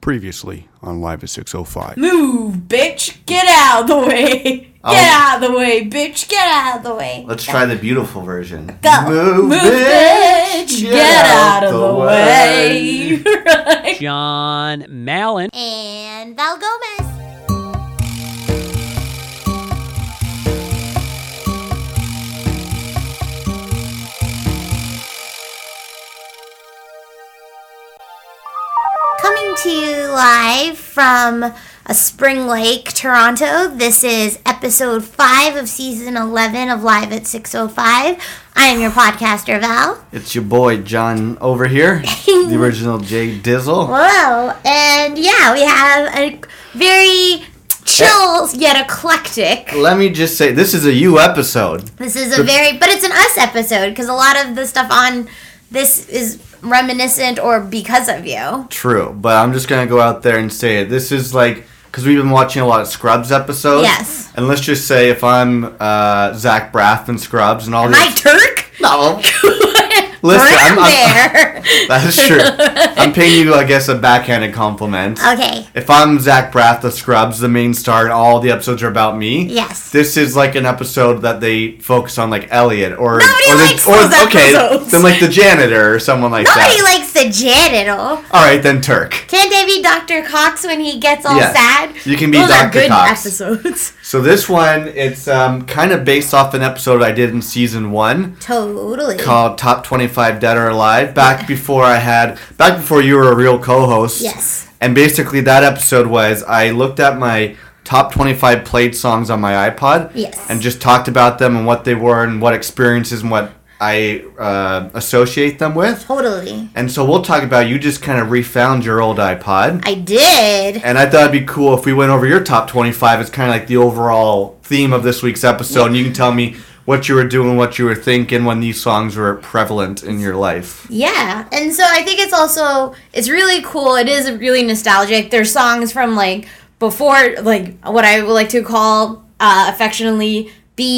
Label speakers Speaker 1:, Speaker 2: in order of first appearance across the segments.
Speaker 1: Previously on Live at 605.
Speaker 2: Move, bitch. Get out of the way. Get out of the way, bitch. Get out of the way.
Speaker 3: Let's try the beautiful version.
Speaker 2: Go.
Speaker 3: Move,
Speaker 2: Move,
Speaker 3: bitch,
Speaker 2: bitch. Get out of the way. Right.
Speaker 4: John Mallon.
Speaker 5: And Val Gomez. Coming to you live from a Spring Lake, Toronto. This is episode 5 of season 11 of Live at 605. I am your podcaster, Val.
Speaker 3: It's your boy John over here, the original Jay Dizzle.
Speaker 5: Whoa. And yeah, we have a very chill yet eclectic
Speaker 3: Let me just say, this is a you episode.
Speaker 5: This is a very, but it's an us episode because a lot of the stuff on this is reminiscent or because of you.
Speaker 3: True, but I'm just gonna go out there and say it. This is like because we've been watching a lot of Scrubs episodes.
Speaker 5: Yes.
Speaker 3: And let's just say if I'm uh, Zach Braff and Scrubs and all
Speaker 5: Am I
Speaker 3: these.
Speaker 5: Turk?
Speaker 3: No,
Speaker 5: Listen,
Speaker 3: listen, I'm, I'm,
Speaker 5: there.
Speaker 3: that's true. I'm paying you, I guess, a backhanded compliment.
Speaker 5: okay.
Speaker 3: If I'm Zach Braff, the Scrubs, the main star, and all the episodes are about me.
Speaker 5: Yes.
Speaker 3: This is like an episode that they focus on like Elliot or
Speaker 5: Nobody
Speaker 3: or
Speaker 5: likes
Speaker 3: the, or
Speaker 5: those
Speaker 3: okay,
Speaker 5: episodes.
Speaker 3: then like the janitor or someone like
Speaker 5: Nobody
Speaker 3: that.
Speaker 5: likes the janitor.
Speaker 3: all right, then Turk.
Speaker 5: Can't they be Dr. Cox when he gets all
Speaker 3: Yeah.
Speaker 5: sad?
Speaker 3: You can be
Speaker 2: Those
Speaker 3: Dr.
Speaker 2: are good
Speaker 3: Cox.
Speaker 2: episodes.
Speaker 3: So this one, it's um, kind of based off an episode I did in season one
Speaker 5: Totally.
Speaker 3: called "Top 25 Dead or Alive." Back before I had, back before you were a real co-host.
Speaker 5: Yes.
Speaker 3: And basically, that episode was I looked at my top 25 played songs on my iPod.
Speaker 5: Yes.
Speaker 3: And just talked about them and what they were and what experiences and what I uh, associate them with.
Speaker 5: Totally.
Speaker 3: And so we'll talk about you just kind of refound your old iPod.
Speaker 5: I did.
Speaker 3: And I thought it'd be cool if we went over your top 25. It's kind of like the overall theme of this week's episode. And you can tell me what you were doing, what you were thinking when these songs were prevalent in your life.
Speaker 5: Yeah.
Speaker 2: And so I think it's also it's really cool. It is really nostalgic. There's songs from like before, like what I would like to call uh, affectionately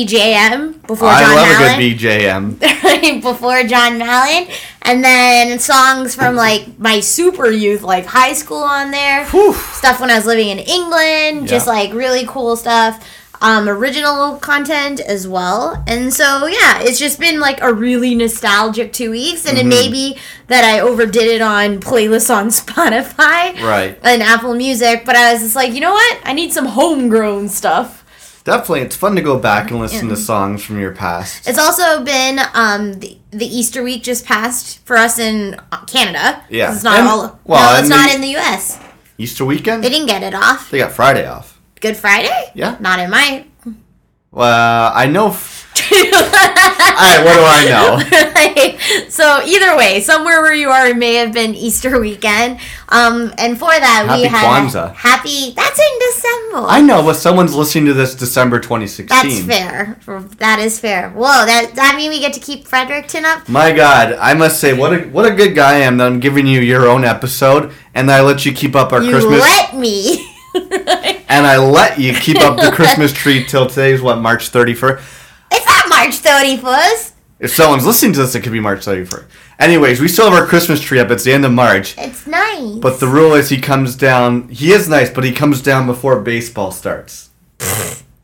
Speaker 2: BJM before
Speaker 3: I
Speaker 2: John
Speaker 3: love
Speaker 2: Allen.
Speaker 3: a good BJM.
Speaker 2: right before John Mallon, and then songs from like my super youth, like high school on there. Stuff when I was living in England, just
Speaker 3: Yeah.
Speaker 2: like really cool stuff. Um, original content as well. And so yeah, it's just been like a really nostalgic two weeks
Speaker 3: Mm-hmm.
Speaker 2: and it may be that I overdid it on playlists on Spotify
Speaker 3: Right.
Speaker 2: and Apple Music, but I was just like, you know what? I need some homegrown stuff.
Speaker 3: Definitely, it's fun to go back and listen to songs from your past.
Speaker 2: It's also been um, the, the Easter week just passed for us in Canada. 'Cause
Speaker 3: Yeah.
Speaker 2: it's not
Speaker 3: And-
Speaker 2: all.
Speaker 3: well,
Speaker 2: no, it's
Speaker 3: and
Speaker 2: not
Speaker 3: the-
Speaker 2: in the U.S.
Speaker 3: Easter weekend?
Speaker 2: They didn't get it off.
Speaker 3: They got Friday off.
Speaker 2: Good Friday.
Speaker 3: Yeah.
Speaker 2: Not in my.
Speaker 3: Well, I know. F- All right, what do I know?
Speaker 2: so either way, somewhere where you are, it may have been Easter weekend. Um, and for that, we
Speaker 3: Happy
Speaker 2: had
Speaker 3: Kwanzaa.
Speaker 2: happy. That's in December.
Speaker 3: I know, but someone's listening to this December 2016.
Speaker 5: That's fair. That is fair. Whoa, that that mean we get to keep Fredericton up?
Speaker 3: My God, I must say, what a what a good guy I am that I'm giving you your own episode, and I let you keep up our
Speaker 5: You
Speaker 3: Christmas,
Speaker 5: let me.
Speaker 3: and I let you keep up the Christmas tree till today's what March 31st.
Speaker 5: It's not March 31st.
Speaker 3: If someone's listening to this, it could be March 31st. Anyways, we still have our Christmas tree up. It's the end of March.
Speaker 5: It's nice.
Speaker 3: But the rule is he comes down. He is nice, but he comes down before baseball starts.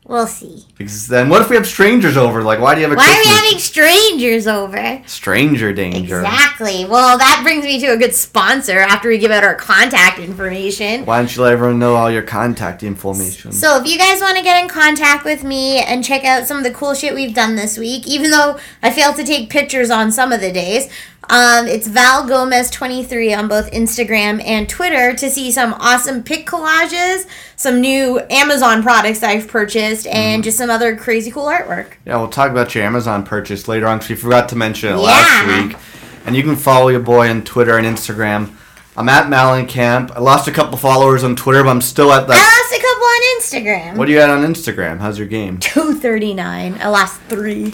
Speaker 5: we'll see.
Speaker 3: Because then, what if we have strangers over? Like, why do you have a
Speaker 5: Why are we
Speaker 3: Christmas?
Speaker 5: having strangers over?
Speaker 3: Stranger danger.
Speaker 5: Exactly. Well, that brings me to a good sponsor after we give out our contact information.
Speaker 3: Why don't you let everyone know all your contact information?
Speaker 5: So, if you guys want to get in contact with me and check out some of the cool shit we've done this week, even though I failed to take pictures on some of the days, um, it's Val Gomez23 on both Instagram and Twitter to see some awesome pic collages, some new Amazon products I've purchased, and just some other crazy cool artwork.
Speaker 3: yeah, we'll talk about your Amazon purchase later on because we forgot to mention it
Speaker 5: Yeah.
Speaker 3: last week. And you can follow your boy on Twitter and Instagram. I'm at Malencamp. I lost a couple followers on Twitter, but I'm still at
Speaker 5: Ah.
Speaker 3: that.
Speaker 5: I lost a couple on Instagram.
Speaker 3: What do you at on Instagram? How's your game?
Speaker 5: 239. I lost three.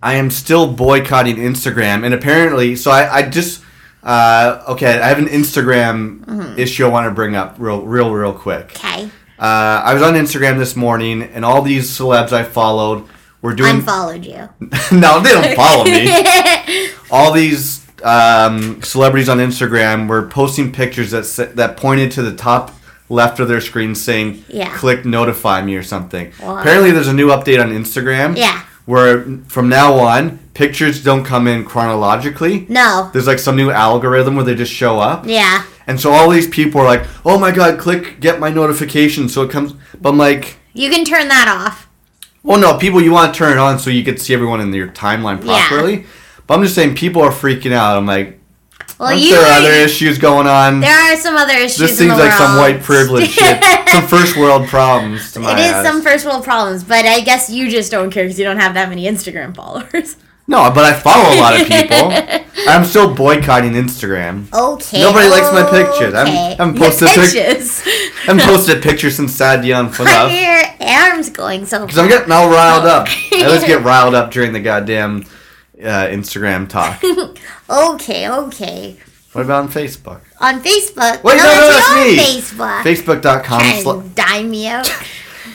Speaker 3: I am still boycotting Instagram, and apparently, so I, I just uh, okay. I have an Instagram issue I want to bring up real, real, real quick.
Speaker 5: Okay.
Speaker 3: Uh, I was on Instagram this morning, and all these celebs I followed were doing.
Speaker 5: Unfollowed you.
Speaker 3: no, they don't follow me. all these um, celebrities on Instagram were posting pictures that sa- that pointed to the top left of their screen saying
Speaker 5: Yeah.
Speaker 3: click notify me or something. Apparently there's a new update on Instagram.
Speaker 5: Yeah.
Speaker 3: Where from now on, pictures don't come in chronologically.
Speaker 5: No.
Speaker 3: There's like some new algorithm where they just show up.
Speaker 5: Yeah.
Speaker 3: And so all these people are like, "Oh my god, click get my notification." So it comes but I'm like
Speaker 5: You can turn that off.
Speaker 3: well, no, people, you want to turn it on so you can see everyone in your timeline
Speaker 5: Yeah.
Speaker 3: properly. But I'm just saying, people are freaking out. I'm like,
Speaker 5: Well,
Speaker 3: aren't
Speaker 5: you
Speaker 3: there
Speaker 5: are,
Speaker 3: other issues going on?
Speaker 5: there are some other issues.
Speaker 3: this
Speaker 5: in
Speaker 3: seems
Speaker 5: the
Speaker 3: like some
Speaker 5: world.
Speaker 3: white privilege shit. Some first world problems to my
Speaker 5: It is
Speaker 3: eyes.
Speaker 5: some first world problems, but I guess you just don't care because you don't have that many Instagram followers.
Speaker 3: no, but I follow a lot of people. I'm still boycotting Instagram.
Speaker 5: Okay.
Speaker 3: Nobody likes my pictures. I'm-
Speaker 5: okay.
Speaker 3: I'm
Speaker 5: Your
Speaker 3: posted pic-
Speaker 5: pictures.
Speaker 3: I haven't posted a picture since Sad Young for
Speaker 5: Why
Speaker 3: enough.
Speaker 5: are your arms going so
Speaker 3: Because I'm getting all riled up. I always get riled up during the goddamn uh, Instagram talk.
Speaker 5: Okay, okay.
Speaker 3: What about on Facebook?
Speaker 5: On Facebook.
Speaker 3: Wait, no, no, that's
Speaker 5: on
Speaker 3: me.
Speaker 5: Facebook.
Speaker 3: Facebook.com.
Speaker 5: and
Speaker 3: sla-
Speaker 5: dime me out.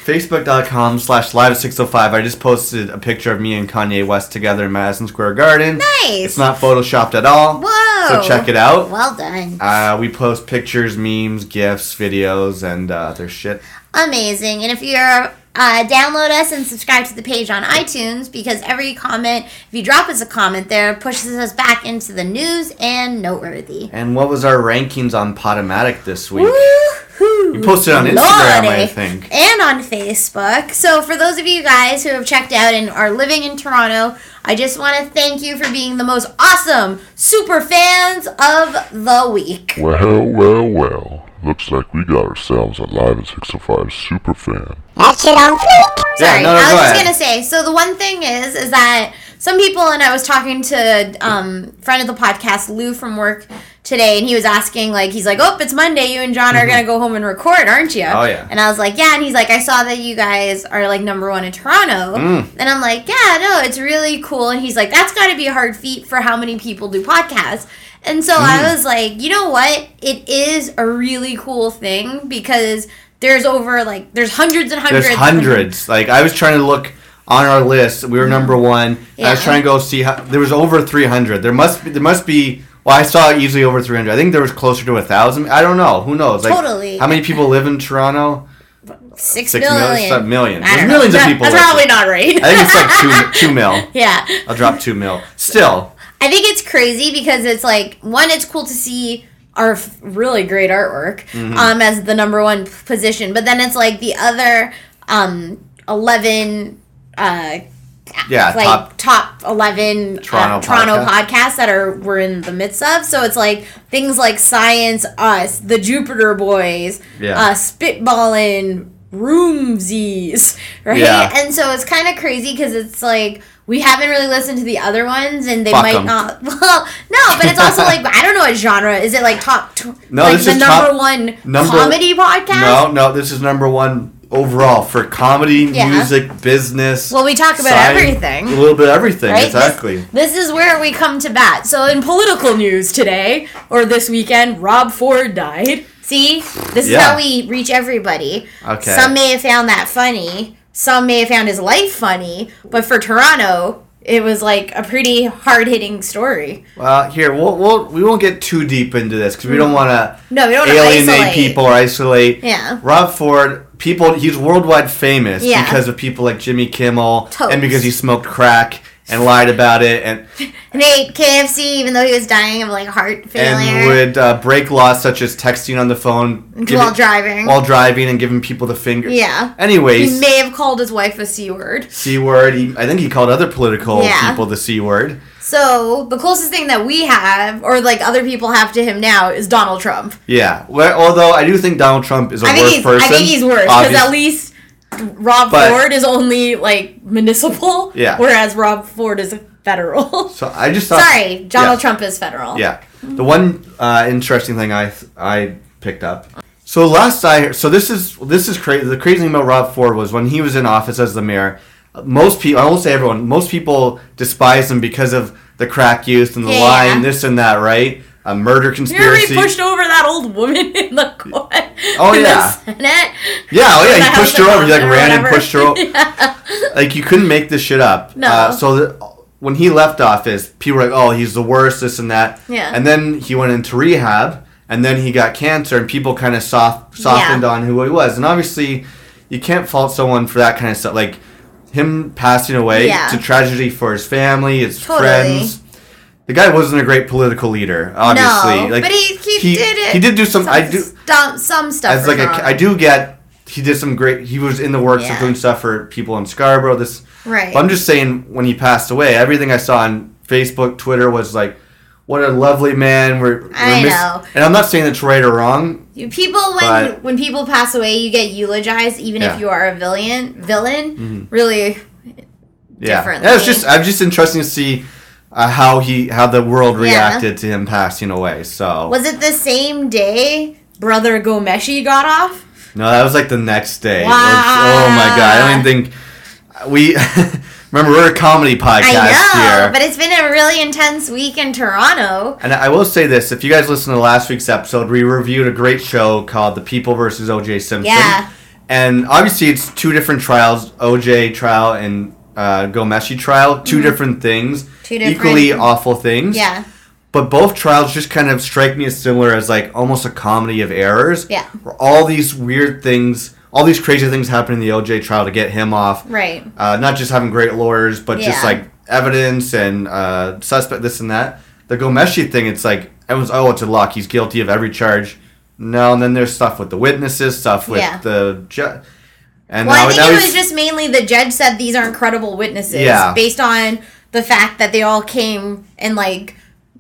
Speaker 3: Facebook.com slash live 605. I just posted a picture of me and Kanye West together in Madison Square Garden.
Speaker 5: Nice.
Speaker 3: It's not photoshopped at all.
Speaker 5: Whoa.
Speaker 3: So check it out.
Speaker 5: Well done.
Speaker 3: Uh, we post pictures, memes, GIFs, videos, and uh, other shit.
Speaker 5: Amazing. And if you're uh, download us and subscribe to the page on iTunes because every comment, if you drop us a comment there, pushes us back into the news and noteworthy.
Speaker 3: And what was our rankings on Potomatic this week?
Speaker 5: Woohoo!
Speaker 3: We posted on Instagram, I
Speaker 5: Lordy.
Speaker 3: think.
Speaker 5: And on Facebook. So, for those of you guys who have checked out and are living in Toronto, I just want to thank you for being the most awesome super fans of the week.
Speaker 6: Well, well, well. Looks like we got ourselves a Live and 605 super fan.
Speaker 3: Yeah,
Speaker 5: Sorry,
Speaker 3: no, no,
Speaker 5: I
Speaker 3: go
Speaker 5: was just
Speaker 3: ahead.
Speaker 5: gonna say. So the one thing is, is that some people and I was talking to um friend of the podcast Lou from work today, and he was asking like, he's like, "Oh, it's Monday. You and John are gonna go home and record, aren't you?"
Speaker 3: Mm-hmm. Oh, yeah.
Speaker 5: And I was like, "Yeah." And he's like, "I saw that you guys are like number one in Toronto,"
Speaker 3: Mm.
Speaker 5: and I'm like, "Yeah, no, it's really cool." And he's like, "That's got to be a hard feat for how many people do podcasts." And so I
Speaker 3: Mm.
Speaker 5: was like, you know what? It is a really cool thing because there's over like there's hundreds and hundreds.
Speaker 3: There's
Speaker 5: and
Speaker 3: hundreds. Like I was trying to look on our list. We were number one. I was
Speaker 5: Yeah.
Speaker 3: trying to go see how there was over 300. There must be. There must be. Well, I saw easily over 300. I think there was closer to a thousand. I don't know. Who knows? Like,
Speaker 5: Totally.
Speaker 3: How many people live in Toronto?
Speaker 5: Six
Speaker 3: Six mil-
Speaker 5: million.
Speaker 3: some million.
Speaker 5: I don't
Speaker 3: There's
Speaker 5: know.
Speaker 3: millions of
Speaker 5: That-
Speaker 3: people
Speaker 5: That's
Speaker 3: like
Speaker 5: probably
Speaker 3: it.
Speaker 5: not right.
Speaker 3: I think it's like two two mil.
Speaker 5: yeah,
Speaker 3: I'll drop two mil. Still,
Speaker 5: I think it's crazy because it's like one, it's cool to see our f- really great artwork
Speaker 3: Mm-hmm.
Speaker 5: um, as the number one p- position, but then it's like the other um, eleven. Uh,
Speaker 3: yeah.
Speaker 5: like
Speaker 3: top.
Speaker 5: top, 11 Toronto,
Speaker 3: Toronto
Speaker 5: uh, Toronto
Speaker 3: podcast.
Speaker 5: podcasts that are we're in the midst of. So it's like things like Science, Us, The Jupiter Boys,
Speaker 3: Yeah.
Speaker 5: uh, Spitballin, Roomsies, right?
Speaker 3: Yeah.
Speaker 5: And so it's kind of crazy because it's like we haven't really listened to the other ones and they
Speaker 3: Fuck
Speaker 5: might
Speaker 3: 'em.
Speaker 5: not. Well, no, but it's also like I don't know what genre is it like top tw-
Speaker 3: No,
Speaker 5: like
Speaker 3: this
Speaker 5: the
Speaker 3: is
Speaker 5: number
Speaker 3: top-
Speaker 5: one
Speaker 3: number-
Speaker 5: comedy podcast.
Speaker 3: No, no. This is number one overall for comedy,
Speaker 5: Yeah.
Speaker 3: music, business.
Speaker 5: Well, we talk about
Speaker 3: science,
Speaker 5: everything.
Speaker 3: A little bit of everything.
Speaker 5: Right? This-
Speaker 3: Exactly.
Speaker 5: This, is where we come to bat. So in political news today or this weekend, Rob Ford died. See, this is
Speaker 3: Yeah.
Speaker 5: how we reach everybody.
Speaker 3: Okay.
Speaker 5: Some may have found that funny. Some may have found his life funny. But for Toronto, it was like a pretty hard hitting story.
Speaker 3: Well, here we'll, we'll we won't get too deep into this because we don't want to
Speaker 5: No, we don't wanna
Speaker 3: alienate
Speaker 5: isolate.
Speaker 3: people or isolate.
Speaker 5: Yeah.
Speaker 3: Rob Ford, people, he's worldwide famous
Speaker 5: Yeah.
Speaker 3: because of people like Jimmy Kimmel
Speaker 5: Totes.
Speaker 3: and because he smoked crack and lied about it and
Speaker 5: And they ate KFC even though he was dying of like heart
Speaker 3: and
Speaker 5: failure
Speaker 3: would uh, break laws such as texting on the phone
Speaker 5: while
Speaker 3: giving-
Speaker 5: driving.
Speaker 3: while driving and giving people the finger.
Speaker 5: Yeah. he
Speaker 3: Anyways,
Speaker 5: may have called his wife a c word.
Speaker 3: c word. He, I think he called other political
Speaker 5: Yeah.
Speaker 3: people the c word.
Speaker 5: So the closest thing that we have, or like other people have to him now, is Donald Trump.
Speaker 3: Yeah. Well, although I do think Donald Trump is a
Speaker 5: I think
Speaker 3: worse
Speaker 5: he's
Speaker 3: person.
Speaker 5: I think he's worse because
Speaker 3: obvious-
Speaker 5: at least Rob
Speaker 3: But-
Speaker 5: Ford is only like municipal,
Speaker 3: Yeah.
Speaker 5: whereas Rob Ford is federal.
Speaker 3: So I just thought.
Speaker 5: Sorry, Donald
Speaker 3: Yeah.
Speaker 5: Trump is federal.
Speaker 3: Yeah. The one uh, interesting thing I I picked up. So last I so this is this is crazy. The crazy thing about Rob Ford was when he was in office as the mayor, most people I won't say everyone most people despise him because of the crack use and the
Speaker 5: Yeah.
Speaker 3: lying this and that right a murder
Speaker 5: You remember he
Speaker 3: conspiracy.
Speaker 5: pushed over that old woman in the court?
Speaker 3: Oh,
Speaker 5: in the
Speaker 3: yeah.
Speaker 5: Senate?
Speaker 3: yeah, oh
Speaker 5: in the
Speaker 3: yeah, he
Speaker 5: House
Speaker 3: pushed
Speaker 5: of
Speaker 3: her over. He like
Speaker 5: Commons or
Speaker 3: ran and
Speaker 5: whatever.
Speaker 3: pushed her over. Like you couldn't make this shit up.
Speaker 5: No.
Speaker 3: Uh, so the, when he left office, people were like, "Oh, he's the worst, this and that."
Speaker 5: Yeah.
Speaker 3: And then he went into rehab, and then he got cancer, and people kind of soft softened
Speaker 5: Yeah.
Speaker 3: on who he was. And obviously, you can't fault someone for that kind of stuff. Like him passing away,
Speaker 5: Yeah.
Speaker 3: it's a tragedy for his family, his
Speaker 5: Totally.
Speaker 3: friends. The guy wasn't a great political leader, obviously.
Speaker 5: no,
Speaker 3: like,
Speaker 5: but he, he, did it.
Speaker 3: He did do some. I do
Speaker 5: stu- some stuff.
Speaker 3: as like a, I do get he did some great he was in the works
Speaker 5: Yeah.
Speaker 3: of doing stuff for people in Scarborough this
Speaker 5: Right.
Speaker 3: but I'm just saying when he passed away everything I saw on Facebook Twitter was like what a lovely man we're, we're
Speaker 5: I know.
Speaker 3: and I'm not saying that's right or wrong
Speaker 5: You- People when
Speaker 3: But-
Speaker 5: when people pass away, you get eulogized, even
Speaker 3: Yeah. Mm-hmm.
Speaker 5: if you are a villain. Villain, really.
Speaker 3: yeah
Speaker 5: Differently.
Speaker 3: it's just I'm just interesting to see uh, how he how the world
Speaker 5: Yeah.
Speaker 3: reacted to him passing away so
Speaker 5: Was it the same day Brother Gomeshi got off?
Speaker 3: No, that was like the next day. It was- oh my god! I don't even think we remember we're a comedy podcast
Speaker 5: I know,
Speaker 3: here.
Speaker 5: but it's been a really intense week in Toronto.
Speaker 3: And I will say this: if you guys listen to last week's episode, we reviewed a great show called "The People versus O.J. Simpson."
Speaker 5: Yeah.
Speaker 3: And obviously, it's two different trials: O.J. trial and uh, Gomeshi trial. 2 different things.
Speaker 5: Mm-hmm. Two different-
Speaker 3: equally awful things.
Speaker 5: Yeah,
Speaker 3: But both trials just kind of strike me as similar as like almost a comedy of errors.
Speaker 5: Yeah.
Speaker 3: Where all these weird things, all these crazy things happen in the O.J. trial to get him off.
Speaker 5: right.
Speaker 3: Uh, not just having great lawyers, but just
Speaker 5: Yeah.
Speaker 3: like evidence and uh, suspect this and that. The Gomeshi thing, it's like everyone's oh, it's a lock. He's guilty of every charge. No, and then there's stuff with the witnesses, stuff with
Speaker 5: Yeah.
Speaker 3: the judge. And
Speaker 5: Well,
Speaker 3: now,
Speaker 5: I think
Speaker 3: now
Speaker 5: it
Speaker 3: he's-
Speaker 5: was just mainly the judge said these aren't credible witnesses
Speaker 3: Yeah.
Speaker 5: based on the fact that they all came and like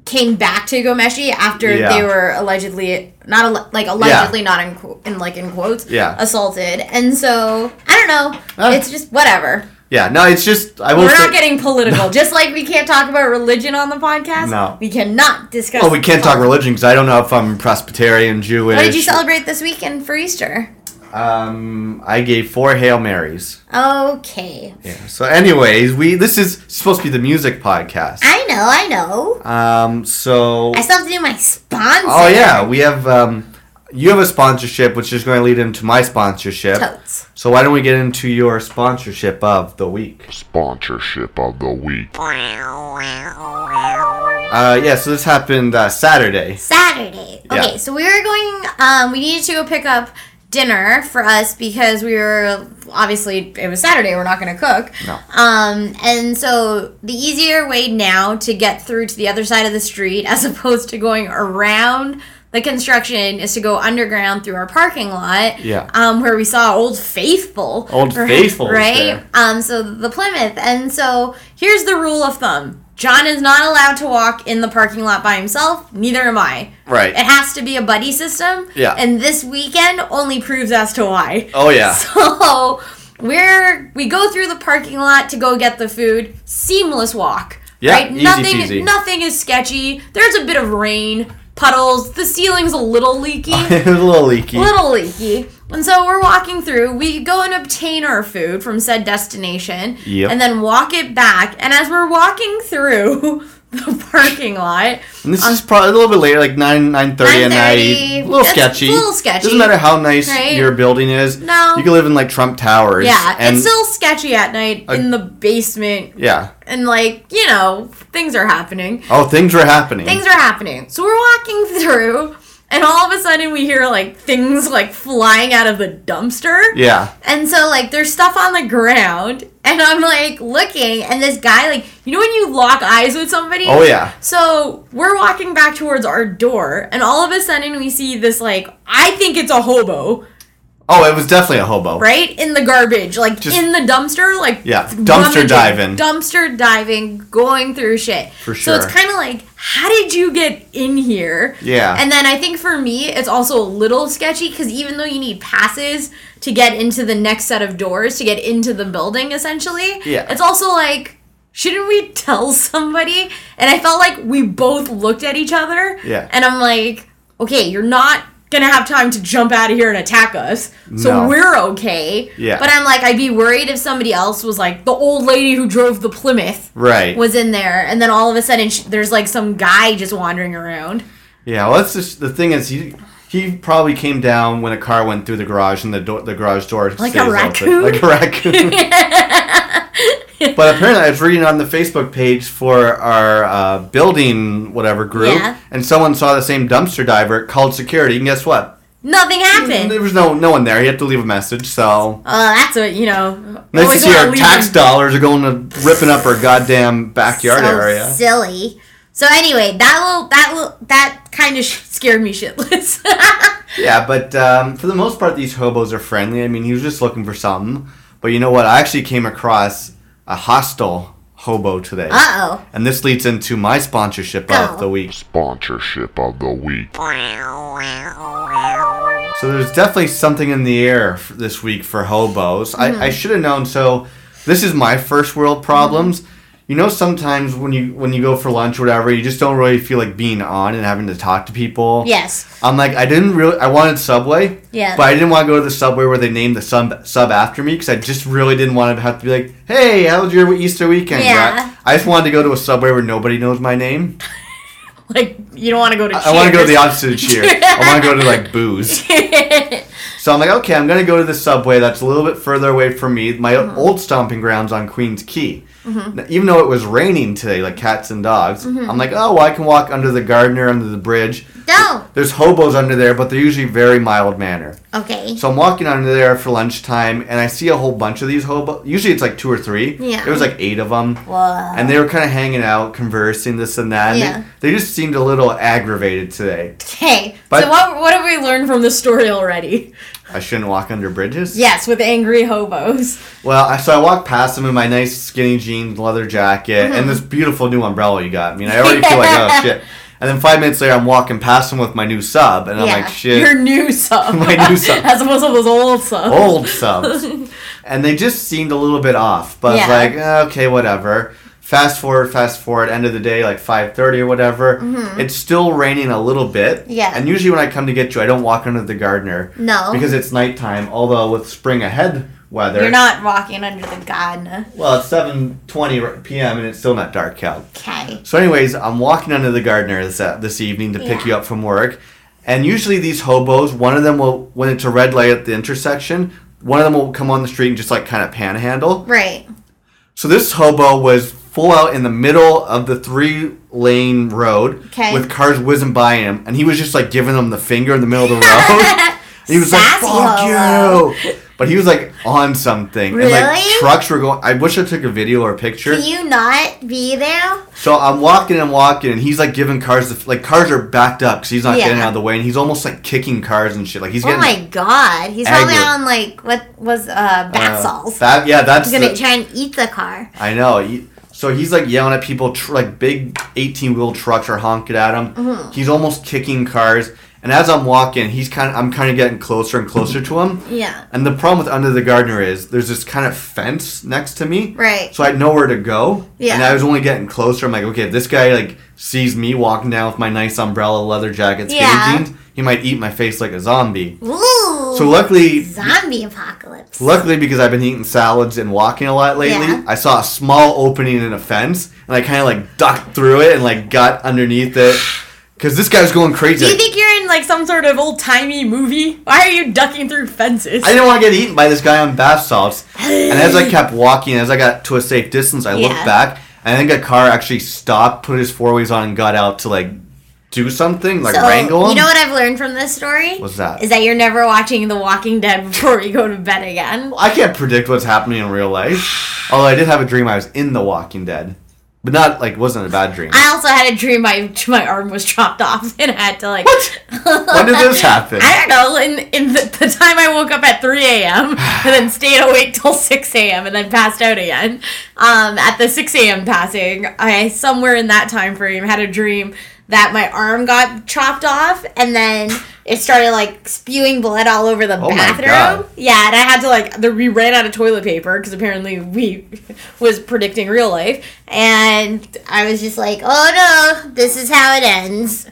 Speaker 5: came back to Gomeshi after
Speaker 3: Yeah.
Speaker 5: they were allegedly not al- like allegedly not in, qu- in like in quotes
Speaker 3: Yeah.
Speaker 5: assaulted. And so, I don't know.
Speaker 3: Uh.
Speaker 5: it's just whatever.
Speaker 3: yeah. No, it's just I will
Speaker 5: We're
Speaker 3: say.
Speaker 5: not getting political. Just like we can't talk about religion on the podcast,
Speaker 3: No.
Speaker 5: we cannot discuss
Speaker 3: well, oh, we can't talk religion because I don't know if I'm Presbyterian, Jewish.
Speaker 5: What did you celebrate this weekend for Easter?
Speaker 3: Um, I gave four Hail Marys.
Speaker 5: Okay.
Speaker 3: Yeah. So, anyways, we this is supposed to be the music podcast.
Speaker 5: I know, I know.
Speaker 3: Um, so
Speaker 5: I still have to do my sponsor.
Speaker 3: oh yeah, we have um, you have a sponsorship, which is going to lead into my sponsorship.
Speaker 5: Totes.
Speaker 3: So why don't we get into your sponsorship of the week?
Speaker 6: Sponsorship of the week.
Speaker 3: Uh, yeah. So this happened uh, Saturday.
Speaker 5: Saturday. Okay,
Speaker 3: Yeah.
Speaker 5: so we were going. Um, we needed to go pick up dinner for us because we were obviously it was Saturday. We're not going to cook.
Speaker 3: No.
Speaker 5: Um, and so the easier way now to get through to the other side of the street, as opposed to going around the construction, is to go underground through our parking lot.
Speaker 3: Yeah.
Speaker 5: Um, where we saw Old Faithful.
Speaker 3: Old
Speaker 5: right-
Speaker 3: Faithful was
Speaker 5: Right.
Speaker 3: there.
Speaker 5: Um, so the Plymouth. And so here's the rule of thumb. John is not allowed to walk in the parking lot by himself. Neither am I.
Speaker 3: Right.
Speaker 5: It has to be a buddy system.
Speaker 3: Yeah.
Speaker 5: And this weekend only proves as to why.
Speaker 3: Oh yeah.
Speaker 5: So we're we go through the parking lot to go get the food. Seamless walk.
Speaker 3: Yeah,
Speaker 5: Right?
Speaker 3: easy
Speaker 5: nothing
Speaker 3: peasy.
Speaker 5: nothing is sketchy. There's a bit of rain, puddles, the ceiling's a little leaky.
Speaker 3: it was a little leaky.
Speaker 5: Little leaky. And so we're walking through. We go and obtain our food from said destination
Speaker 3: Yep.
Speaker 5: and then walk it back. And as we're walking through the parking lot,
Speaker 3: And this is probably a little bit later, like nine nine thirty at
Speaker 5: 9:30.
Speaker 3: night. A little
Speaker 5: It's
Speaker 3: sketchy.
Speaker 5: a little sketchy.
Speaker 3: Doesn't matter how nice
Speaker 5: Right?
Speaker 3: your building is.
Speaker 5: No.
Speaker 3: You can live in like Trump Towers.
Speaker 5: yeah,
Speaker 3: And
Speaker 5: it's still sketchy at night in the basement.
Speaker 3: yeah.
Speaker 5: And like, you know, things are happening.
Speaker 3: Oh, things were happening.
Speaker 5: Things are happening. So we're walking through and all of a sudden we hear like things like flying out of the dumpster.
Speaker 3: yeah.
Speaker 5: And so like there's stuff on the ground and I'm like looking and this guy like you know when you lock eyes with somebody?
Speaker 3: Oh, yeah.
Speaker 5: So we're walking back towards our door and all of a sudden we see this like I think it's a hobo,
Speaker 3: Oh, it was definitely a hobo.
Speaker 5: right? In the garbage, like
Speaker 3: Just-
Speaker 5: in the dumpster, like
Speaker 3: Yeah, dumpster
Speaker 5: rummaging,
Speaker 3: diving.
Speaker 5: Dumpster diving, going through shit.
Speaker 3: For
Speaker 5: So it's
Speaker 3: sure.
Speaker 5: kind of like how did you get in here?
Speaker 3: Yeah.
Speaker 5: And then I think for me, it's also a little sketchy because even though you need passes to get into the next set of doors to get into the building, essentially,
Speaker 3: Yeah.
Speaker 5: it's also like, shouldn't we tell somebody? And I felt like we both looked at each other.
Speaker 3: Yeah.
Speaker 5: And I'm like, okay, you're not gonna have time to jump out of here and attack us, so
Speaker 3: No.
Speaker 5: we're okay.
Speaker 3: Yeah.
Speaker 5: But I'm like, I'd be worried if somebody else was like the old lady who drove the Plymouth.
Speaker 3: Right.
Speaker 5: Was in there, and then all of a sudden, sh- there's like some guy just wandering around.
Speaker 3: yeah, well, that's just the thing is he he probably came down when a car went through the garage and the door the garage door
Speaker 5: Like a
Speaker 3: stays open.
Speaker 5: raccoon?
Speaker 3: like a raccoon. But apparently, I was reading on the Facebook page for our uh, building whatever group,
Speaker 5: Yeah.
Speaker 3: and someone saw the same dumpster diver called security, and guess what?
Speaker 5: Nothing happened.
Speaker 3: There was no no one there. He had to leave a message, so
Speaker 5: Oh, that's what you know.
Speaker 3: nice to
Speaker 5: always
Speaker 3: see
Speaker 5: wanna
Speaker 3: our
Speaker 5: leave
Speaker 3: tax
Speaker 5: a-
Speaker 3: dollars are going to ripping up our goddamn backyard
Speaker 5: so
Speaker 3: area.
Speaker 5: Silly. So anyway, that will that will that kind of scared me shitless.
Speaker 3: Yeah, but um, for the most part, these hobos are friendly. I mean, he was just looking for something. But you know what? I actually came across a hostile hobo today.
Speaker 5: Uh oh.
Speaker 3: And this leads into my sponsorship
Speaker 5: Go.
Speaker 3: of the week.
Speaker 6: Sponsorship of the week.
Speaker 3: So there's definitely something in the air f this week for hobos. I, I should have known. So this is my first world problems. You know, sometimes when you when you go for lunch or whatever, you just don't really feel like being on and having to talk to people.
Speaker 5: Yes.
Speaker 3: I'm like, I didn't really. I wanted Subway.
Speaker 5: Yeah.
Speaker 3: But I didn't want to go to the Subway where they named the sub sub after me because I just really didn't want to have to be like, hey, how was your Easter weekend?
Speaker 5: Yeah.
Speaker 3: Brett?" I just wanted to go to a Subway where nobody knows my name.
Speaker 2: Like you don't want to go to.
Speaker 3: I want to go to the opposite of cheer. I want to go to like booze. so I'm like, okay, I'm gonna go to the subway that's a little bit further away from me, my
Speaker 5: Mm-hmm.
Speaker 3: old stomping grounds on Queens Key. Now, even though it was raining today, like cats and dogs,
Speaker 5: Mm-hmm.
Speaker 3: I'm like, oh, well, I can walk under the gardener, under the bridge.
Speaker 5: No.
Speaker 3: There's hobos under there, but they're usually very mild manner.
Speaker 5: Okay.
Speaker 3: So I'm walking under there for lunchtime, and I see a whole bunch of these hobos. Usually it's like two or three.
Speaker 5: Yeah.
Speaker 3: There was like eight of them.
Speaker 5: Whoa.
Speaker 3: And they were kind of hanging out, conversing, this and that. and
Speaker 5: Yeah.
Speaker 3: they, they just seemed a little aggravated today.
Speaker 5: Okay.
Speaker 3: But
Speaker 2: So what what have we learned from this story already?
Speaker 3: I shouldn't walk under bridges.
Speaker 2: Yes, with angry hobos.
Speaker 3: Well, I, so I walked past them in my nice skinny jeans, leather jacket,
Speaker 5: Mm-hmm.
Speaker 3: and this beautiful new umbrella you got. I mean, I already feel like oh shit. And then five minutes later, I'm walking past them with my new sub, and I'm
Speaker 5: Yeah.
Speaker 3: like shit.
Speaker 2: Your new sub.
Speaker 3: My new sub.
Speaker 2: As opposed to those old subs.
Speaker 3: old subs. and they just seemed a little bit off. But
Speaker 5: Yeah.
Speaker 3: I was like, eh, okay, whatever. Fast forward, fast forward, end of the day, like 5.30 or whatever. It's still raining a little bit.
Speaker 5: Mm-hmm. Yeah.
Speaker 3: And usually when I come to get you, I don't walk under the gardener.
Speaker 5: No.
Speaker 3: Because it's nighttime, although with spring ahead weather.
Speaker 5: You're not walking under the garden.
Speaker 3: well, it's 7.20 p.m. and it's still not dark out.
Speaker 5: Okay.
Speaker 3: So, anyways, I'm walking under the gardener this, uh, this evening to pick
Speaker 5: Yeah.
Speaker 3: you up from work, and usually these hobos, one of them will, when it's a red light at the intersection, one of them will come on the street and just like kind of panhandle.
Speaker 5: Right.
Speaker 3: So this hobo was full out in the middle of the three lane road
Speaker 5: Okay.
Speaker 3: with cars whizzing by him, and he was just like giving them the finger in the middle of the road. And he was like,
Speaker 5: Sassy
Speaker 3: "Fuck
Speaker 5: hobo."
Speaker 3: you!" But he was like on something, and
Speaker 5: Really?
Speaker 3: like trucks were going. I wish I took a video or a picture.
Speaker 5: Can you not be there? Oh
Speaker 3: So I'm walking and walking, and he's like giving cars the like cars are backed up because he's not
Speaker 5: Yeah.
Speaker 3: getting out of the way, and he's almost like kicking cars and shit. Like he's
Speaker 5: Oh
Speaker 3: getting
Speaker 5: my god. He's probably
Speaker 3: Angry.
Speaker 5: on like what was uh bath salts.
Speaker 3: that yeah, that's
Speaker 5: He's gonna
Speaker 3: the-
Speaker 5: try and eat the car.
Speaker 3: I know. He- So he's like yelling at people, tr- like big 18 wheel trucks are honking at him.
Speaker 5: Mm-hmm.
Speaker 3: He's almost kicking cars, and as I'm walking, he's kind of I'm kind of getting closer and closer to him.
Speaker 5: Yeah.
Speaker 3: And the problem with Under the Gardener is there's this kind of fence next to me.
Speaker 5: Right.
Speaker 3: So I know where to go.
Speaker 5: Yeah.
Speaker 3: And I was only getting closer. I'm like, okay, if this guy like sees me walking down with my nice umbrella, leather jacket, skinny
Speaker 5: Yeah.
Speaker 3: jeans, he might eat my face like a zombie.
Speaker 5: Ooh.
Speaker 3: So luckily
Speaker 5: zombie apocalypse.
Speaker 3: luckily because I've been eating salads and walking a lot lately,
Speaker 5: Yeah.
Speaker 3: I saw a small opening in a fence and I kinda like ducked through it and like got underneath it. Cause this guy was going crazy.
Speaker 2: Do you
Speaker 3: Like,
Speaker 2: think you're in like some sort of old timey movie? Why are you ducking through fences?
Speaker 3: I didn't want to get eaten by this guy on bath salts. And as I kept walking, as I got to a safe distance, I
Speaker 5: Yeah.
Speaker 3: looked back. and I think a car actually stopped, put his four ways on, and got out to like do something, like
Speaker 5: So,
Speaker 3: wrangle him.
Speaker 5: You know what I've learned from this story?
Speaker 3: What's that?
Speaker 5: Is that you're never watching The Walking Dead before you go to bed again.
Speaker 3: I can't predict what's happening in real life. Although I did have a dream I was in The Walking Dead, but not like wasn't a bad dream.
Speaker 5: I also had a dream my my arm was chopped off and I had to like
Speaker 3: when did this happen?
Speaker 5: I don't know. In in the, the time I woke up at 3 a.m. and then stayed awake till 6 a.m. and then passed out again. Um, at the 6 a.m. passing, I somewhere in that time frame had a dream that my arm got chopped off and then it started like spewing blood all over the
Speaker 3: Oh my
Speaker 5: bathroom.
Speaker 3: God.
Speaker 5: Yeah, and I had to like the, we ran out of toilet paper because apparently we was predicting real life, and I was just like, oh no, this is how it ends.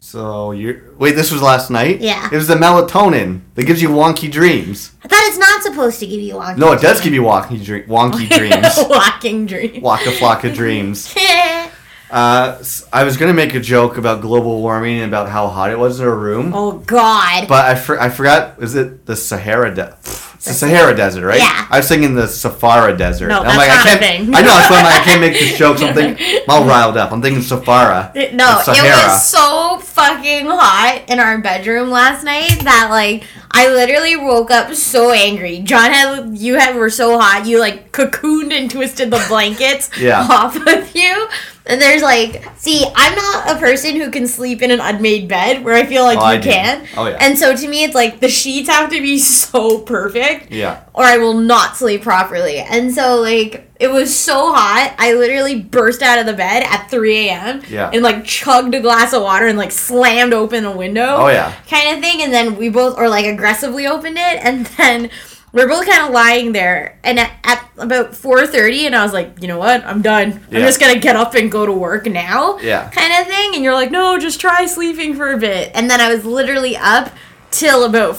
Speaker 3: so you wait, this was last night.
Speaker 5: Yeah.
Speaker 3: it was the melatonin that gives you wonky dreams.
Speaker 5: I thought it's not supposed to give you walking.
Speaker 3: No, it does give you wonky, dream, wonky dreams.
Speaker 5: walking dream.
Speaker 3: Waka flocka dreams.
Speaker 5: yeah,
Speaker 3: Uh, s- I was gonna make a joke about global warming and about how hot it was in a room,
Speaker 5: Oh God.
Speaker 3: but I, for, I forgot. Is it the Sahara? De- It's the Sahara Desert, right?
Speaker 7: Yeah.
Speaker 3: I was thinking the Sahara Desert.
Speaker 5: No,
Speaker 3: And
Speaker 5: that's not
Speaker 3: I
Speaker 5: a
Speaker 3: can't,
Speaker 5: thing.
Speaker 3: I know, that's why I'm like, I can't make this joke. So I'm, thinking, I'm all riled up. I'm thinking Sahara.
Speaker 5: It- no,
Speaker 3: It's
Speaker 5: it was so fucking hot in our bedroom last night that like I literally woke up so angry. John had you had were so hot you like cocooned and twisted the blankets
Speaker 3: Yeah.
Speaker 5: off of you. And there's like, see, I'm not a person who can sleep in an unmade bed where I feel like
Speaker 3: Oh,
Speaker 5: you
Speaker 3: I do.
Speaker 5: can.
Speaker 3: Oh, yeah.
Speaker 5: And so to me, it's like the sheets have to be so perfect
Speaker 3: Yeah.
Speaker 5: or I will not sleep properly. And so, like, it was so hot, I literally burst out of the bed at 3 a.m.
Speaker 3: Yeah.
Speaker 5: and, like, chugged a glass of water and, like, slammed open a window.
Speaker 3: Oh, yeah.
Speaker 5: Kind of thing. And then we both, or, like, aggressively opened it. And then we are both kind of lying there. And at, at about 4.30, and I was like, you know what? I'm done.
Speaker 3: Yeah.
Speaker 5: I'm just going to get up and go to work now.
Speaker 3: Yeah.
Speaker 5: Kind of thing. And you're like, no, just try sleeping for a bit. And then I was literally up till about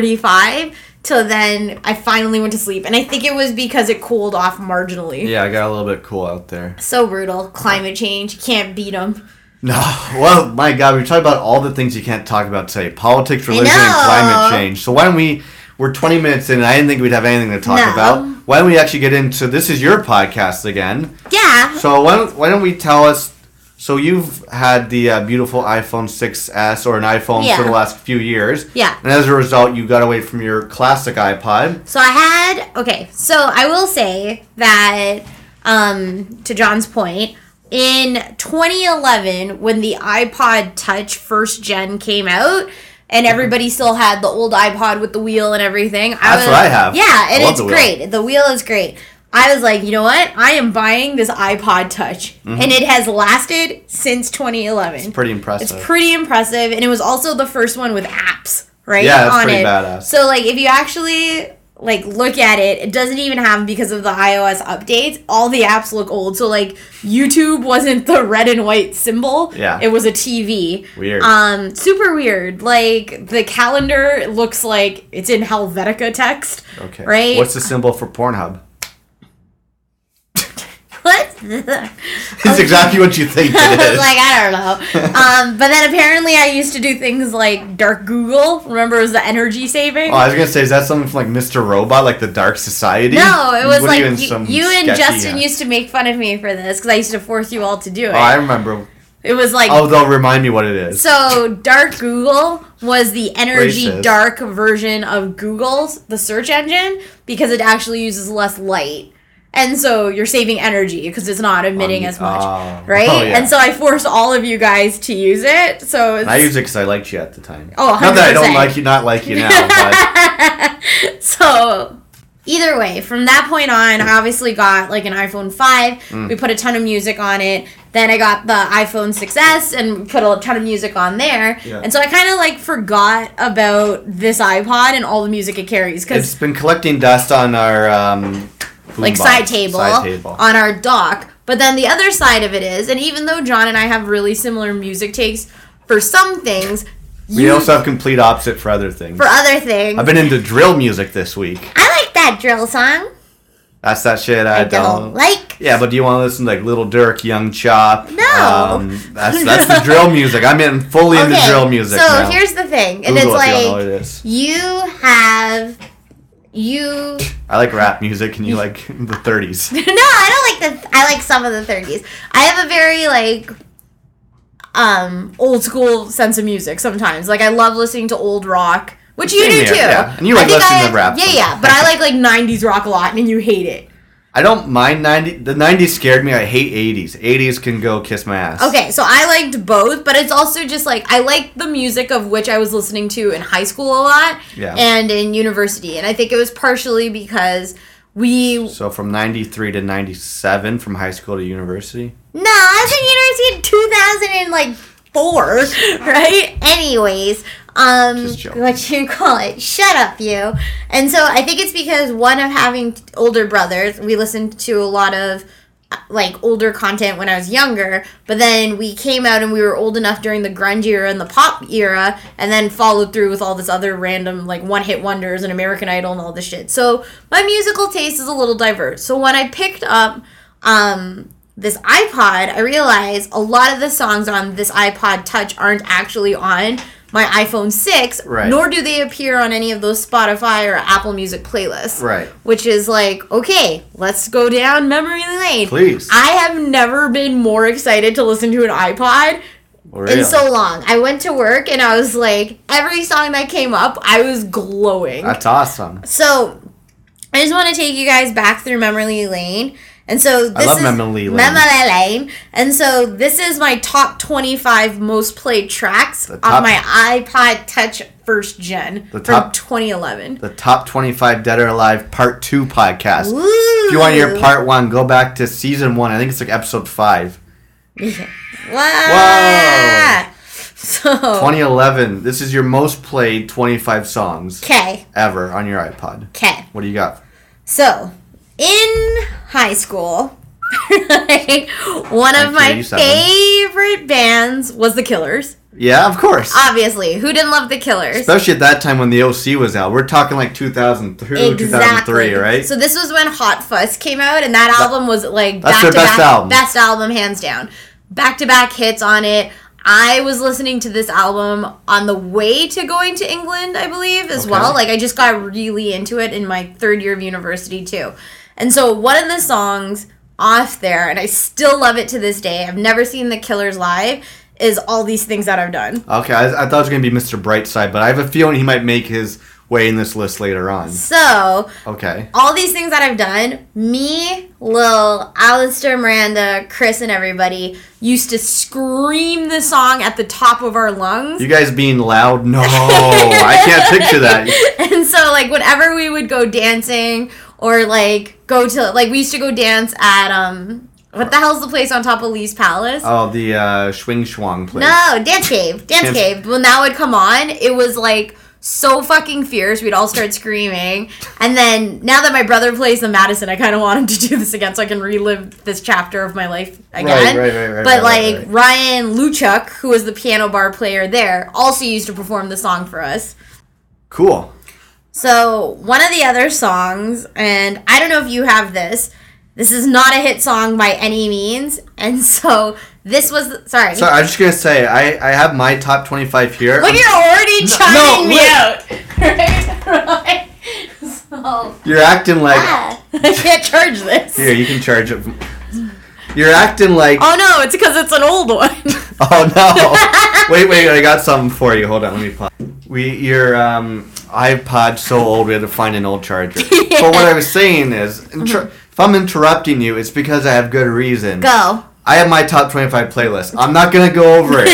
Speaker 5: 5.45 till then i finally went to sleep and i think it was because it cooled off marginally
Speaker 3: Yeah, I got a little bit cool out there.
Speaker 5: so brutal climate change can't beat them
Speaker 3: No. Well, my God, we talked about all the things you can't talk about today politics, religion, and
Speaker 5: know.
Speaker 3: climate change. So why don't we. We're 20 minutes in, and I didn't think we'd have anything to talk
Speaker 5: No.
Speaker 3: about. Why don't we actually get into this? Is your podcast again?
Speaker 5: yeah
Speaker 3: So why don't, why don't we tell us? So you've had the uh, beautiful iPhone 6s or an iPhone
Speaker 5: Yeah.
Speaker 3: for the last few years.
Speaker 5: Yeah.
Speaker 3: And as a result, you got away from your classic iPod.
Speaker 5: so i had okay so i will say that um to john's point in 2011 when the ipod touch first gen came out and everybody still had the old ipod with the wheel and everything I
Speaker 3: That's what I have.
Speaker 5: yeah and
Speaker 3: I love
Speaker 5: it's
Speaker 3: the wheel.
Speaker 5: great The wheel is great. I was like, you know what? I am buying this iPod Touch,
Speaker 3: Mm-hmm.
Speaker 5: and it has lasted since 2011. It's
Speaker 3: Pretty impressive.
Speaker 5: It's pretty impressive, and it was also the first one with apps, right?
Speaker 3: Yeah, that's pretty badass.
Speaker 5: So like, if you actually like look at it, it doesn't even have because of the iOS updates. All the apps look old. So like, YouTube wasn't the red and white symbol.
Speaker 3: Yeah.
Speaker 5: it was a TV.
Speaker 3: Weird.
Speaker 5: Um, super weird. Like the calendar looks like it's in Helvetica text.
Speaker 3: okay.
Speaker 5: Right.
Speaker 3: What's the symbol for Pornhub?
Speaker 5: What? the-
Speaker 3: It's exactly what you think it
Speaker 5: I
Speaker 3: is.
Speaker 5: was like, I don't know. Um, but then apparently I used to do things like dark Google. Remember, it was the energy saving.
Speaker 3: Oh, I was gonna say, is that something from like Mr. Robot, like the Dark Society?
Speaker 5: no, it was
Speaker 3: What are
Speaker 5: like
Speaker 3: in
Speaker 5: you,
Speaker 3: some
Speaker 5: you and
Speaker 3: sketchy,
Speaker 5: Justin
Speaker 3: uh,
Speaker 5: used to make fun of me for this because I used to force you all to do it.
Speaker 3: Oh, I remember.
Speaker 5: it was like
Speaker 3: Oh, they'll remind me what it is.
Speaker 5: So dark Google was the energy
Speaker 3: Racist.
Speaker 5: dark version of Google's the search engine because it actually uses less light. And so you're saving energy because it's not emitting
Speaker 3: Um,
Speaker 5: as much,
Speaker 3: oh.
Speaker 5: right?
Speaker 3: Oh, yeah.
Speaker 5: And so I forced all of you guys to use it. So it's,
Speaker 3: I used it because I liked you at the time.
Speaker 5: Oh,
Speaker 3: not that I don't
Speaker 5: 100%.
Speaker 3: like you, not like you now, but
Speaker 5: so either way from that point on i obviously got like an iphone 5
Speaker 3: Mm.
Speaker 5: we put a ton of music on it then i got the iphone 6s and put a ton of music on there
Speaker 3: Yeah.
Speaker 5: and so i kind of like forgot about this ipod and all the music it carries
Speaker 3: it's
Speaker 5: because
Speaker 3: been collecting dust on our um,
Speaker 5: like
Speaker 3: boombox,
Speaker 5: side table, Um,
Speaker 3: Side table.
Speaker 5: on our dock but then the other side of it is and even though john and i have really similar music takes for some things
Speaker 3: We also have complete opposite for other things.
Speaker 5: for other things
Speaker 3: I've been into drill music this week.
Speaker 5: i like that drill song
Speaker 3: That's that shit I,
Speaker 5: i don't like
Speaker 3: Yeah, but do you want to listen to like Little Dirk, Young Chop? Um,
Speaker 5: No.
Speaker 3: that's that's the drill music. I'm in fully into drill music
Speaker 5: So
Speaker 3: now.
Speaker 5: here's the thing, and
Speaker 3: Google
Speaker 5: it's
Speaker 3: if you don't know what
Speaker 5: like
Speaker 3: it is.
Speaker 5: you have you.
Speaker 3: I like rap music, and you like the 30s.
Speaker 5: no, I don't like the. I like some of the '30s. I have a very like um old school sense of music. Sometimes, like I love listening to old rock, which you
Speaker 3: Same
Speaker 5: do
Speaker 3: here,
Speaker 5: too.
Speaker 3: yeah. And you
Speaker 5: I
Speaker 3: like
Speaker 5: think
Speaker 3: listening
Speaker 5: I-
Speaker 3: to rap
Speaker 5: Yeah, yeah, but I like like '90s rock a lot, and you hate it.
Speaker 3: I don't mind 90. The 90s scared me. I hate 80s. 80s can go kiss my ass.
Speaker 5: Okay, so I liked both, but it's also just like I liked the music of which I was listening to in high school a lot
Speaker 3: Yeah.
Speaker 5: and in university. And I think it was partially because we No,
Speaker 3: So from 93 to 97, from high school to university.
Speaker 5: I was in university in 2000 and like four, right? Anyways, um
Speaker 3: Just joking.
Speaker 5: what you call it? Shut up you. And so I think it's because one of having older brothers, we listened to a lot of uh, like older content when I was younger, but then we came out and we were old enough during the grunge era and the pop era, and then followed through with all this other random like one hit wonders and American Idol and all this shit. So my musical taste is a little diverse. So when I picked up um, this iPod, I realized a lot of the songs on this iPod Touch aren't actually on my iPhone 6,
Speaker 3: Right.
Speaker 5: nor do they appear on any of those Spotify or Apple Music playlists.
Speaker 3: Right.
Speaker 5: Which is like, okay, let's go down memory lane.
Speaker 3: Please.
Speaker 5: I have never been more excited to listen to an iPod
Speaker 3: oh, Really?
Speaker 5: in so long. I went to work and I was like, every song that came up, I was glowing.
Speaker 3: That's awesome.
Speaker 5: So I just want to take you guys back through memory lane. And so this
Speaker 3: love
Speaker 5: is
Speaker 3: memory lane.
Speaker 5: memory lane. And so this is my top 25 most played tracks
Speaker 3: top-
Speaker 5: on my iPod Touch first gen
Speaker 3: The
Speaker 5: from
Speaker 3: top-
Speaker 5: 2011.
Speaker 3: The top 25 Dead or Alive Part 2 podcast.
Speaker 5: Ooh.
Speaker 3: If you want to hear part 1, go back to season 1. I think it's like episode 5.
Speaker 5: Wah! So
Speaker 3: 2011. This is your most played 25 songs
Speaker 5: okay,
Speaker 3: ever on your iPod.
Speaker 5: okay.
Speaker 3: What do you got?
Speaker 5: So, in high school, right, one of
Speaker 3: I
Speaker 5: my
Speaker 3: hear you, Simon.
Speaker 5: favorite bands was The Killers.
Speaker 3: Yeah, of course.
Speaker 5: Obviously, who didn't love The Killers?
Speaker 3: Especially at that time when the OC was out. We're talking like 2002, 2003, right?
Speaker 5: So this was when Hot Fuss came out, and that album was like
Speaker 3: That's their
Speaker 5: to back,
Speaker 3: best album.
Speaker 5: best album hands down. Back to back hits on it. I was listening to this album on the way to going to England, I believe, as well. Like I just got really into it in my third year of university too, and so one of the songs off there, and I still love it to this day. I've never seen the Killers live. Is all these things that I've done.
Speaker 3: okay, I, I thought it was going to be Mr. Brightside, but I have a feeling he might make his way in this list later on.
Speaker 5: So
Speaker 3: Okay.
Speaker 5: all these things that I've done, me, Lil, Alistair, Miranda, Chris, and everybody used to scream the song at the top of our lungs.
Speaker 3: You guys being loud? No, I can't picture that.
Speaker 5: And so, like, whenever we would go dancing or, like, go to, like, we used to go dance at, um, what the hell's the place on top of Lee's Palace?
Speaker 3: Oh, the uh, Schwing Schwang place.
Speaker 5: No, Dance Cave. Dance
Speaker 3: Dance-
Speaker 5: Cave. When that would come on, it was like so fucking fierce. We'd all start screaming. And then now that my brother plays the Madison, I kind of want him to do this again so I can relive this chapter of my life again.
Speaker 3: right, right, right,
Speaker 5: but
Speaker 3: right, right,
Speaker 5: like Ryan Luchuk, who was the piano bar player there, also used to perform the song for us.
Speaker 3: Cool.
Speaker 5: So one of the other songs, and I don't know if you have this. This is not a hit song by any means, and so this was sorry.
Speaker 3: So I'm just gonna say I, I have my top 25 here.
Speaker 5: Look, you're already chiming me
Speaker 3: wait.
Speaker 5: out. Right? so,
Speaker 3: You're acting like
Speaker 5: ah, I can't charge this.
Speaker 3: here. You can charge it. You're acting like
Speaker 5: Oh no, it's because it's an old one.
Speaker 3: oh no. wait, wait. I got something for you. Hold on. Let me pause. We your um iPod's so old we had to find an old charger. But what I was saying is, inter- if I'm interrupting you, it's because I have good reason.
Speaker 5: Mm-hmm. Go.
Speaker 3: I have my top 25 playlist. I'm not going to go over it.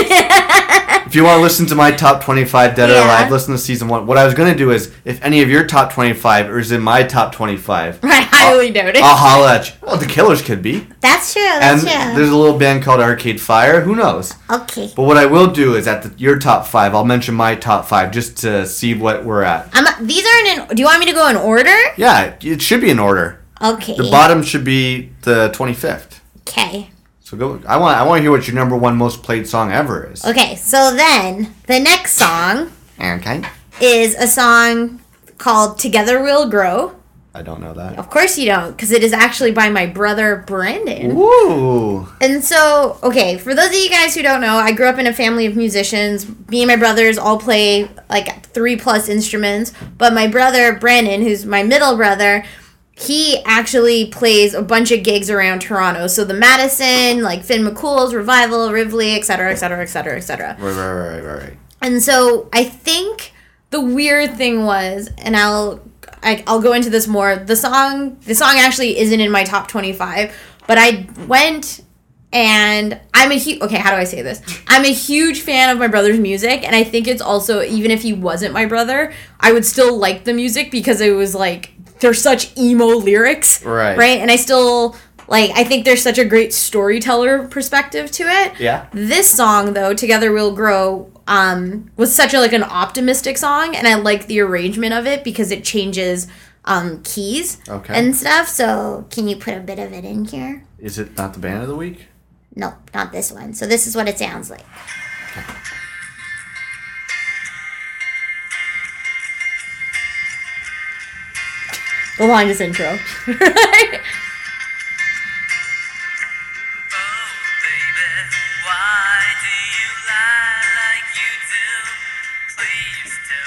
Speaker 3: if you want to listen to my top 25 Dead or
Speaker 5: Yeah.
Speaker 3: Alive, listen to season one. What I was going to do is, if any of your top 25 is in my top 25,
Speaker 5: I highly doubt it.
Speaker 3: I'll holla at you. Well, the Killers could be.
Speaker 2: That's true.
Speaker 3: Oh. And
Speaker 2: That's true.
Speaker 3: there's a little band called Arcade Fire. Who knows?
Speaker 2: Okay.
Speaker 3: But what I will do is, at the, your top five, I'll mention my top five just to see what we're at.
Speaker 5: I'm, these aren't in. Do you want me to go in order?
Speaker 3: Yeah, it should be in order.
Speaker 2: Okay.
Speaker 3: The bottom should be the 25th.
Speaker 2: okay.
Speaker 3: So go. I want. I want to hear what your number one most played song ever is.
Speaker 2: Okay. So then the next song
Speaker 3: Okay.
Speaker 2: is a song called "Together We'll Grow."
Speaker 3: I don't know that.
Speaker 5: Of course you don't, because it is actually by my brother Brandon.
Speaker 3: Woo!
Speaker 5: And so, okay, for those of you guys who don't know, I grew up in a family of musicians. Me and my brothers all play like three plus instruments, but my brother Brandon, who's my middle brother, he actually plays a bunch of gigs around Toronto. So the Madison, like Finn McCool's, Revival, Rivoli, et cetera, et cetera, et cetera, et cetera.
Speaker 3: Right, right, right, right, right.
Speaker 5: And so I think the weird thing was, and I'll I, I'll go into this more. The song the song actually isn't in my top twenty five, but I went and I'm a huge okay. How do I say this? I'm a huge fan of my brother's music, and I think it's also even if he wasn't my brother, I would still like the music because it was like they're such emo lyrics,
Speaker 3: Right.
Speaker 5: Right, and I still like. I think there's such a great storyteller perspective to it.
Speaker 3: Yeah.
Speaker 5: This song though, Together We'll Grow, um, was such a like an optimistic song and I like the arrangement of it because it changes um keys
Speaker 3: Okay.
Speaker 5: and stuff. So
Speaker 2: So can you put a bit of it in here?
Speaker 3: Is it not the band of the week?
Speaker 2: Nope, not this one. So this is what it sounds like.
Speaker 5: the longest intro.
Speaker 8: Oh, baby, why do you lie like you do?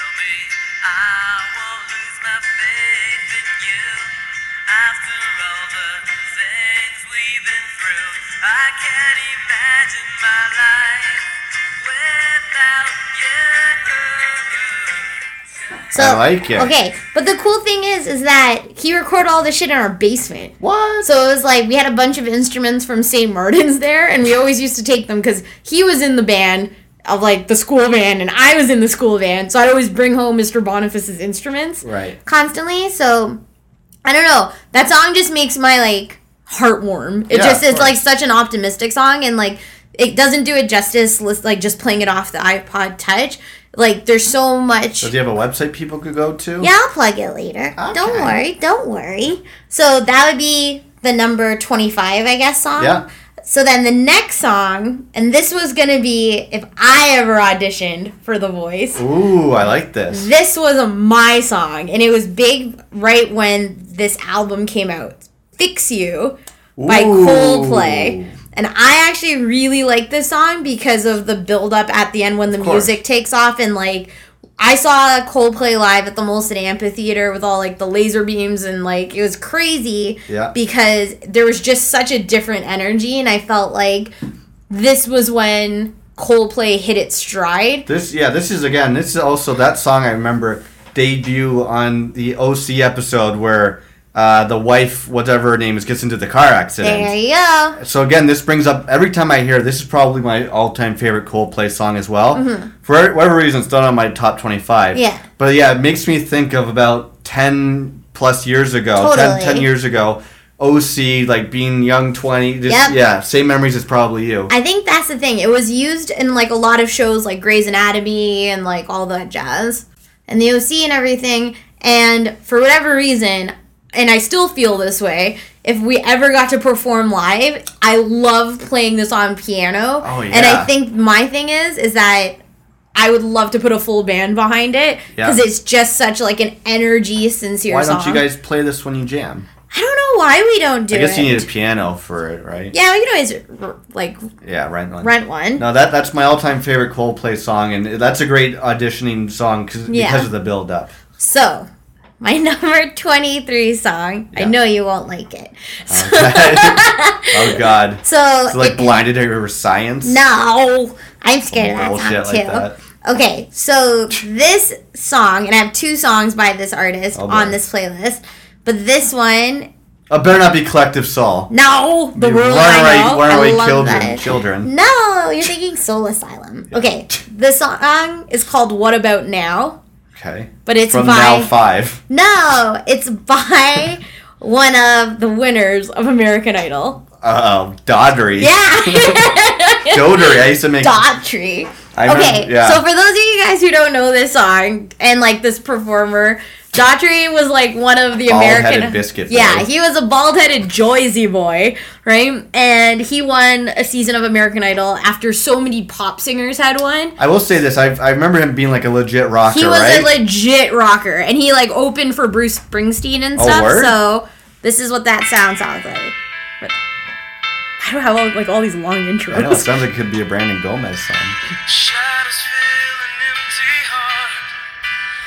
Speaker 5: So
Speaker 3: I like it.
Speaker 5: Oh, Okay, but the cool thing is, is that he recorded all this shit in our basement.
Speaker 3: What?
Speaker 5: So it was like we had a bunch of instruments from St. Martin's there, and we always used to take them because he was in the band of like the school band, and I was in the school band, so I'd always bring home Mr. Boniface's instruments
Speaker 3: Right.
Speaker 5: constantly. So I don't know. That song just makes my like heart warm. It
Speaker 3: Yeah,
Speaker 5: just
Speaker 3: of
Speaker 5: it's like
Speaker 3: course.
Speaker 5: such an optimistic song, and like it doesn't do it justice. lis- Like just playing it off the iPod Touch. Like there's so much.
Speaker 3: Does he have a website people could go to?
Speaker 5: Yeah, I'll plug it later. Don't
Speaker 3: Okay.
Speaker 5: worry, don't worry. So that would be the number 25, I guess, song.
Speaker 3: Yeah.
Speaker 5: So then the next song, and this was going to be if I ever auditioned for The Voice.
Speaker 3: Ooh, I like this.
Speaker 5: This was a my song, and it was big right when this album came out. Fix You by
Speaker 3: Ooh.
Speaker 5: Coldplay. And I actually really like this song because of the build up at the end when the
Speaker 3: course.
Speaker 5: music takes off and like I saw Coldplay live at the Molson Amphitheater with all like the laser beams and like it was crazy
Speaker 3: Yeah.
Speaker 5: because there was just such a different energy and I felt like this was when Coldplay hit its stride.
Speaker 3: This yeah, this is again, this is also that song I remember debut on the OC episode where uh, the wife, whatever her name is, gets into the car accident.
Speaker 5: There you go.
Speaker 3: So again, this brings up every time I hear this is probably my all-time favorite Coldplay song as well. For whatever reason, it's not on my top twenty-five.
Speaker 5: Mm-hmm. Yeah.
Speaker 3: But yeah, it makes me think of about ten plus years ago, ten ten 10,
Speaker 5: Totally.
Speaker 3: years ago. OC, like being young, twenty. Just,
Speaker 5: Yep.
Speaker 3: Yeah, same memories as probably you.
Speaker 5: I think that's the thing. It was used in like a lot of shows like Grey's Anatomy and like all that jazz and the OC and everything. And for whatever reason, and I still feel this way, if we ever got to perform live, I love playing this on piano.
Speaker 3: Oh,
Speaker 5: And I
Speaker 3: yeah.
Speaker 5: think my thing is is that I would love to put a full band behind it
Speaker 3: Yeah.
Speaker 5: because it's just such like an energy sincere
Speaker 3: Why
Speaker 5: song.
Speaker 3: don't you guys play this when you jam?
Speaker 5: I don't know why we don't do
Speaker 3: I guess
Speaker 5: it.
Speaker 3: you need a piano for it, right?
Speaker 5: yeah, we can always r- like
Speaker 3: Yeah, rent one.
Speaker 5: rent one.
Speaker 3: No, that that's my all-time favorite Coldplay song, and that's a great auditioning song 'cause-
Speaker 5: Yeah.
Speaker 3: because of the build-up.
Speaker 5: So, my number 23 song, I
Speaker 3: Yeah.
Speaker 5: know you won't like it.
Speaker 3: oh God.
Speaker 5: So,
Speaker 3: So, like
Speaker 5: it-
Speaker 3: blinded over science.
Speaker 5: no, I'm scared of
Speaker 3: Bullshit
Speaker 5: that song
Speaker 3: Oh, like
Speaker 5: too.
Speaker 3: that.
Speaker 5: Okay, so this song, and I have two songs by this artist
Speaker 3: Oh, boy.
Speaker 5: on this playlist, but this one,
Speaker 3: Uh, better not be collective soul.
Speaker 5: no, the
Speaker 3: You
Speaker 5: world I know,
Speaker 3: run away
Speaker 5: I love
Speaker 3: children.
Speaker 5: that.
Speaker 3: Children.
Speaker 5: No, you're thinking Soul Asylum. Okay, the song is called "What About Now,"
Speaker 3: Okay.
Speaker 5: but it's
Speaker 3: From
Speaker 5: by
Speaker 3: now five.
Speaker 5: no, it's by one of the winners of American Idol.
Speaker 3: Uh, Daughtery.
Speaker 5: Yeah.
Speaker 3: Daughtery. I used to make.
Speaker 5: Daughtry.
Speaker 3: I remember-
Speaker 5: Okay,
Speaker 3: yeah.
Speaker 5: so for those of you guys who don't know this song and like this performer, Daughtry was like one of the
Speaker 3: Bald-headed
Speaker 5: American
Speaker 3: biscuit boy.
Speaker 5: Yeah, he was a bald-headed Joyzy boy, right? And he won a season of American Idol after so many pop singers had won.
Speaker 3: I will say this. I, I remember him being like a legit rocker,
Speaker 5: He was
Speaker 3: right?
Speaker 5: a legit rocker, and he like opened for Bruce Springsteen and
Speaker 3: Oh,
Speaker 5: stuff.
Speaker 3: word?
Speaker 5: So this is what that sound sounds like. But I don't have all, like all these long intros.
Speaker 3: I know. It sounds like it could be a Brandon Gomez song.
Speaker 8: Shadows fill an empty heart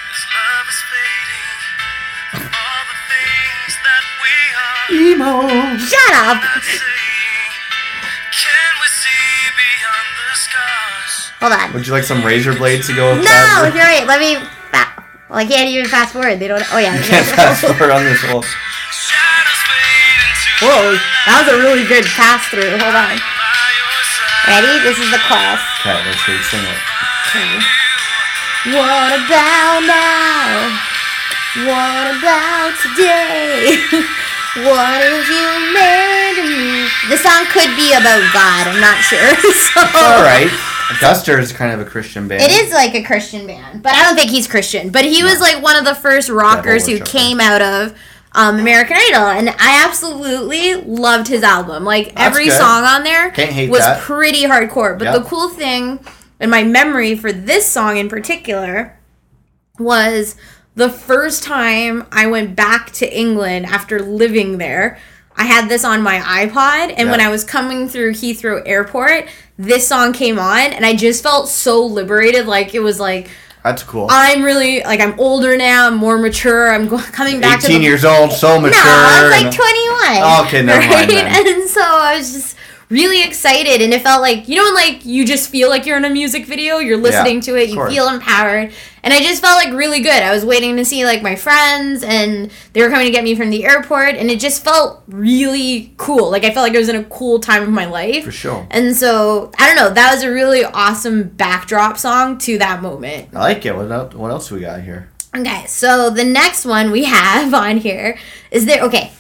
Speaker 8: as love is fading. from All the things that we are
Speaker 3: Emo.
Speaker 5: Shut up.
Speaker 8: seeing. Can we see beyond the scars?
Speaker 5: Hold on.
Speaker 3: Would you like some razor blades to go? with
Speaker 5: No,
Speaker 3: that?
Speaker 5: you're right. Let me. Fa- well, I can't even fast forward. They don't. Oh yeah.
Speaker 3: Can't fast forward on this whole.
Speaker 8: Shadows fade into
Speaker 5: Whoa, that was a really good pass through. Hold on.
Speaker 8: by your side.
Speaker 5: Ready? This is the chorus.
Speaker 3: Okay, let's hear you sing it.
Speaker 5: What about now? What about today? what if you made me? The song could be about God. I'm not sure. so.
Speaker 3: All right. Duster is kind of a Christian band.
Speaker 5: It is like a Christian band, but I don't think he's Christian. But he was like one of the first rockers who
Speaker 3: worshiper.
Speaker 5: came out of um, American Idol, and I absolutely loved his album. Like every
Speaker 3: good.
Speaker 5: song on there
Speaker 3: Can't hate
Speaker 5: was
Speaker 3: that.
Speaker 5: pretty hardcore. But
Speaker 3: Yep.
Speaker 5: the cool thing, in my memory for this song in particular, was the first time I went back to England after living there. I had this on my iPod, and when
Speaker 3: Yeah.
Speaker 5: I was coming through Heathrow Airport, this song came on, and I just felt so liberated. Like it was like
Speaker 3: That's cool.
Speaker 5: I'm really like I'm older now, I'm more mature. I'm go- coming back to
Speaker 3: 18
Speaker 5: the
Speaker 3: years old, so mature.
Speaker 5: no, I was like
Speaker 3: and-
Speaker 5: 21.
Speaker 3: Oh, okay, never mind then.
Speaker 5: And so I was just really excited and it felt like you know when like you just feel like you're in a music video you're listening to it
Speaker 3: of
Speaker 5: you
Speaker 3: course.
Speaker 5: feel empowered and i just felt like really good i was waiting to see like my friends and they were coming to get me from the airport and it just felt really cool like i felt like i was in a cool time of my life
Speaker 3: For sure.
Speaker 5: and so i don't know that was a really awesome backdrop song to that moment
Speaker 3: I like it. What else, what else we got here?
Speaker 5: Okay, so the next one we have on here is there. Okay,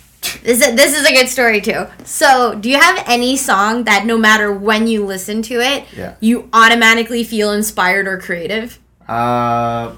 Speaker 5: this is, this is a good story too. So, do you have any song that no matter when you listen to it,
Speaker 3: Yeah.
Speaker 5: you automatically feel inspired or creative?
Speaker 3: Uh,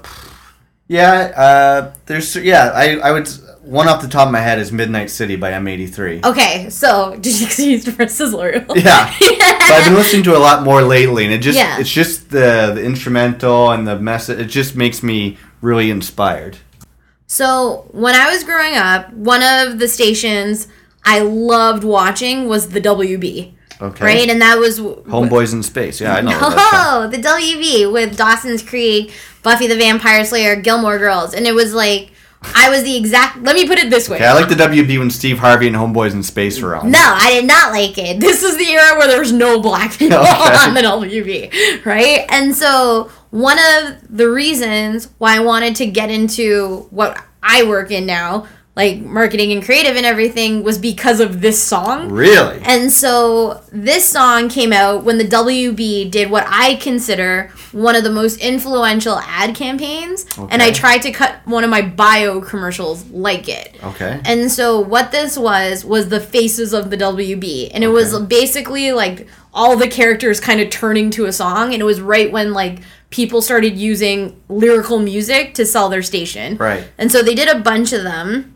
Speaker 3: yeah. Uh, there's yeah. I I would one off the top of my head is Midnight City by M83.
Speaker 5: Okay, so just because you used for sizzler.
Speaker 3: Yeah. but I've been listening to it a lot more lately, and it just
Speaker 5: Yeah.
Speaker 3: it's just the the instrumental and the message. It just makes me really inspired.
Speaker 5: So, when I was growing up, one of the stations I loved watching was the WB,
Speaker 3: Okay.
Speaker 5: right? And that was
Speaker 3: Homeboys in Space. Yeah, I know. that song.
Speaker 5: Oh, the WB with Dawson's Creek, Buffy the Vampire Slayer, Gilmore Girls, and it was like I was the exact. Let me put it this way.
Speaker 3: Okay, I like the WB when Steve Harvey and Homeboys in Space were on.
Speaker 5: no, I did not like it. This is the era where there was no black people
Speaker 3: Okay.
Speaker 5: on the WB, right? And so one of the reasons why I wanted to get into what I work in now, like marketing and creative and everything, was because of this song.
Speaker 3: Really?
Speaker 5: And so this song came out when the WB did what I consider one of the most influential ad campaigns, and I
Speaker 3: Okay.
Speaker 5: tried to cut one of my bio commercials like it.
Speaker 3: Okay.
Speaker 5: And so what this was was the faces of the WB, and it was basically like all the characters kind of turning to a song, and it was right when like people started using lyrical music to sell their station.
Speaker 3: Right.
Speaker 5: And so they did a bunch of them.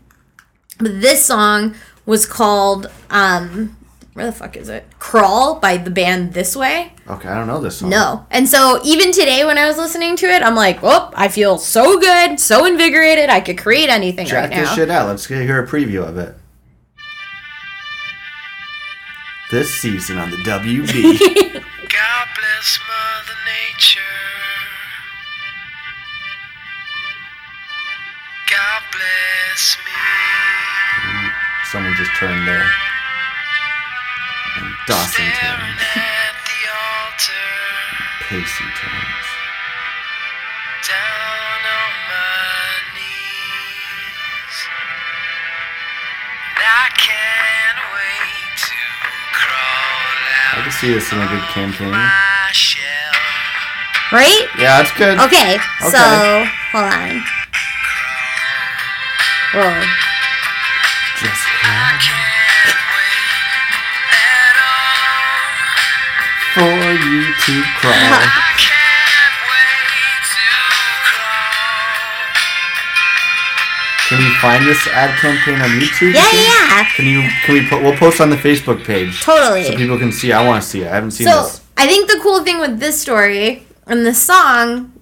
Speaker 5: But this song was called um where the fuck is it? Crawl by the band This Way.
Speaker 3: Okay, I don't know this song.
Speaker 5: No. And so even today when I was listening to it, I'm like, "Oh, I feel so good, so invigorated. I could create anything
Speaker 3: Check
Speaker 5: right now."
Speaker 3: this shit out. Let's get- hear a preview of it. This season on the WB.
Speaker 8: God bless Mother Nature. God bless me.
Speaker 3: Someone just turned there. And Dawson
Speaker 8: Staring
Speaker 3: turns.
Speaker 8: at the altar,
Speaker 3: Pacey turns.
Speaker 8: down on my knees. And I can't wait to crawl
Speaker 3: I
Speaker 8: out
Speaker 3: can see this in a good campaign.
Speaker 8: my shell.
Speaker 5: Right?
Speaker 3: Yeah, it's good.
Speaker 5: Okay, so
Speaker 3: Okay.
Speaker 5: hold on. Whoa.
Speaker 3: Just
Speaker 8: Can't wait at all.
Speaker 3: for you to cry.
Speaker 8: I can't wait to crawl.
Speaker 3: Can we find this ad campaign on YouTube? you
Speaker 5: Yeah,
Speaker 3: think?
Speaker 5: yeah,
Speaker 3: Can you? Can we? Po- we'll post on the Facebook page.
Speaker 5: totally.
Speaker 3: So people can see. I want to see it. I haven't seen
Speaker 5: So
Speaker 3: this.
Speaker 5: I think the cool thing with this story and the song,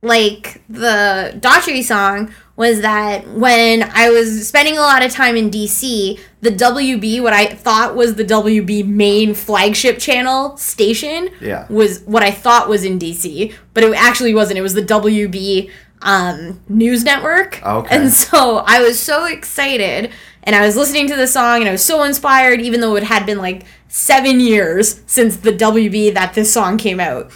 Speaker 5: like the Daughtry song, was that when I was spending a lot of time in DC, the WB, what I thought was the WB main flagship channel station,
Speaker 3: Yeah.
Speaker 5: was what I thought was in DC, but it actually wasn't. It was the WB um, news network.
Speaker 3: Oh, Okay.
Speaker 5: And so I was so excited and I was listening to the song and I was so inspired, even though it had been like seven years since the WB that this song came out.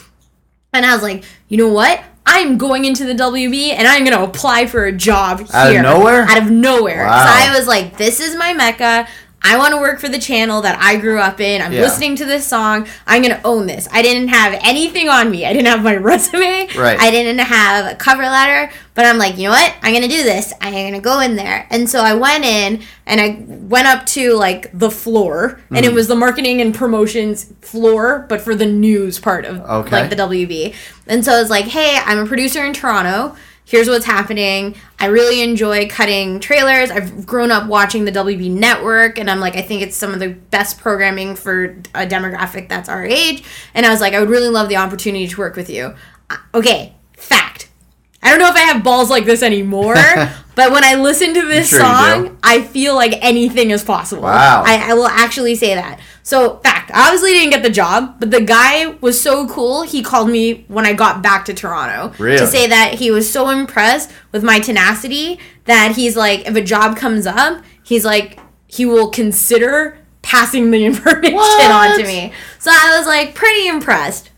Speaker 5: And I was like, you know what? I'm going into the WB and I'm going to apply for a job here.
Speaker 3: Out of nowhere?
Speaker 5: Out of nowhere.
Speaker 3: Wow.
Speaker 5: So I was like, this is my mecca. I want to work for the channel that I grew up in. I'm
Speaker 3: Yeah.
Speaker 5: listening to this song. I'm going to own this. I didn't have anything on me. I didn't have my resume.
Speaker 3: Right.
Speaker 5: I didn't have a cover letter, but I'm like, you know what? I'm going to do this. I'm going to go in there. And so I went in and I went up to like the floor and
Speaker 3: Mm.
Speaker 5: it was the marketing and promotions floor, but for the news part of
Speaker 3: Okay.
Speaker 5: like the WB. And so I was like, hey, I'm a producer in Toronto. Here's what's happening. I really enjoy cutting trailers. I've grown up watching the WB network, and I'm like, I think it's some of the best programming for a demographic that's our age. And I was like, I would really love the opportunity to work with you. Uh, Okay, fact. I don't know if I have balls like this anymore, but when I listen to this
Speaker 3: Sure you do.
Speaker 5: song, I feel like anything is possible.
Speaker 3: Wow.
Speaker 5: I, I will actually say that. So, fact, I obviously didn't get the job, but the guy was so cool, he called me when I got back to Toronto to
Speaker 3: Really?
Speaker 5: say that he was so impressed with my tenacity that he's like, if a job comes up, he's like, he will consider
Speaker 2: passing the information
Speaker 3: What?
Speaker 2: on to me. So I was like pretty impressed.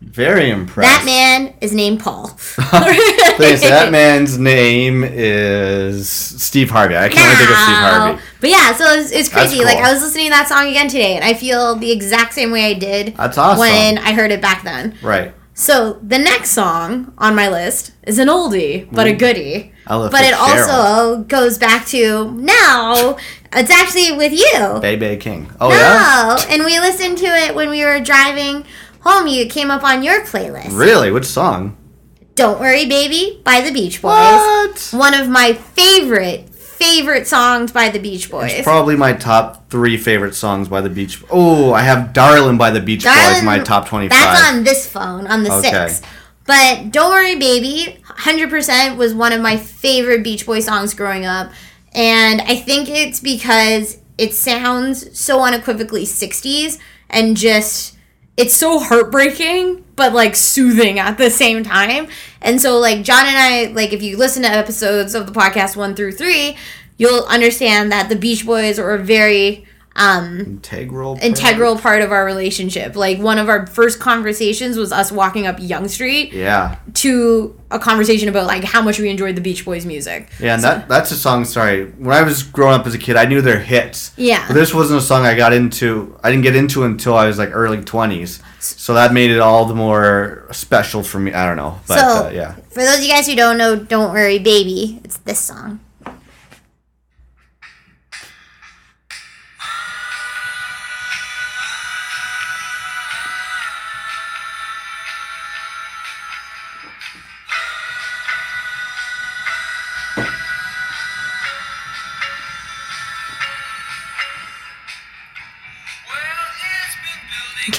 Speaker 3: Very impressed.
Speaker 5: That man is named Paul.
Speaker 3: Please, that man's name is Steve Harvey. I can only think of Steve Harvey.
Speaker 2: But yeah, so it's, it's
Speaker 3: That's
Speaker 2: crazy. Like
Speaker 3: cool.
Speaker 2: I was listening to that song again today, and I feel the exact same way I did
Speaker 3: That's awesome.
Speaker 2: when I heard it back then.
Speaker 3: right.
Speaker 2: So the next song on my list is an oldie but a goodie.
Speaker 3: I love
Speaker 2: But it
Speaker 3: Fitzgerald.
Speaker 2: also goes back to now. It's actually with you.
Speaker 3: Bay Bay King. Oh yeah.
Speaker 2: No, and we listened to it when we were driving home. You it came up on your playlist.
Speaker 3: Really? Which song?
Speaker 2: Don't worry, baby, by the Beach Boys.
Speaker 3: What?
Speaker 2: One of my favorite favorite songs by the Beach Boys.
Speaker 3: Probably my top three favorite songs by the Beach. Oh, I have "Darlin'" by the Beach Boys.
Speaker 2: Darling,
Speaker 3: My top twenty-five.
Speaker 2: That's on this phone, on the
Speaker 3: Okay.
Speaker 2: six. But don't worry, baby. Hundred percent was one of my favorite Beach Boy songs growing up, and I think it's because it sounds so unequivocally '60s and just it's so heartbreaking but like soothing at the same time. And so like John and I like if you listen to episodes of the podcast one through three, you'll understand that the Beach Boys were very um
Speaker 3: integral. part.
Speaker 2: integral part of our relationship. Like one of our first conversations was us walking up Young Street
Speaker 3: Yeah.
Speaker 2: to a conversation about like how much we enjoyed the Beach Boys music.
Speaker 3: Yeah, and that that's a song. Sorry, when I was growing up as a kid, I knew their hits.
Speaker 2: Yeah.
Speaker 3: but this wasn't a song I got into. I didn't get into until I was like early twenties. So that made it all the more special for me. I don't know, but
Speaker 5: So-
Speaker 3: uh, yeah,
Speaker 5: For those of you guys who don't know, Don't Worry Baby, it's this song.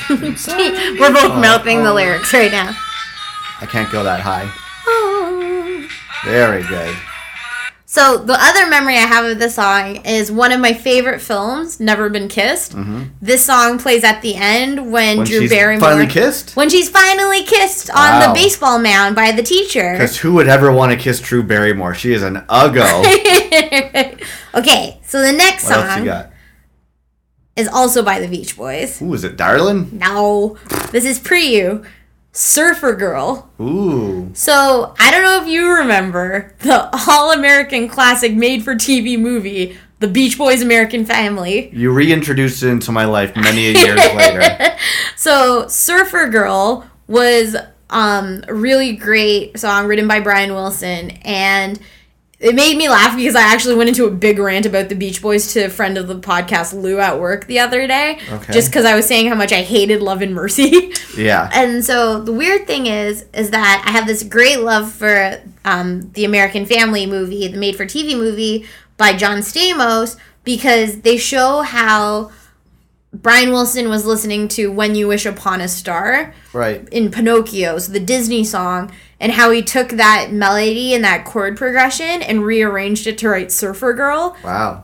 Speaker 2: We're both
Speaker 3: Oh,
Speaker 2: mouthing the lyrics right now.
Speaker 3: I can't go that high. Very good.
Speaker 2: So the other memory I have of this song is one of my favorite films, Never Been Kissed. This song plays at the end
Speaker 3: Mm-hmm.
Speaker 2: when,
Speaker 3: When
Speaker 2: Drew
Speaker 3: she's
Speaker 2: Barrymore
Speaker 3: finally kissed.
Speaker 2: When she's finally kissed on
Speaker 3: Wow.
Speaker 2: the baseball mound by the teacher.
Speaker 3: Because who would ever want to kiss Drew Barrymore? She is an uggo.
Speaker 2: Okay, so the next
Speaker 3: what else you
Speaker 2: song
Speaker 3: got?
Speaker 2: is also by the Beach Boys.
Speaker 3: Ooh, is it Darlin'?
Speaker 2: No, this is pre you. Surfer Girl.
Speaker 3: Ooh,
Speaker 2: So, I don't know if you remember the all American classic made for TV movie, The Beach Boys American Family.
Speaker 3: you reintroduced it into my life many a years later.
Speaker 2: So, Surfer Girl was um, a really great song written by Brian Wilson, and it made me laugh because I actually went into a big rant about the Beach Boys to a friend of the podcast, Lou, at work the other day,
Speaker 3: Okay.
Speaker 2: just because I was saying how much I hated Love and Mercy.
Speaker 3: Yeah,
Speaker 2: And so the weird thing is, is that I have this great love for um, the American Family movie, the made-for-TV movie by John Stamos, because they show how Brian Wilson was listening to "When You Wish Upon a Star"
Speaker 3: right.
Speaker 2: in Pinocchio, so the Disney song, and how he took that melody and that chord progression and rearranged it to write "Surfer Girl."
Speaker 3: Wow.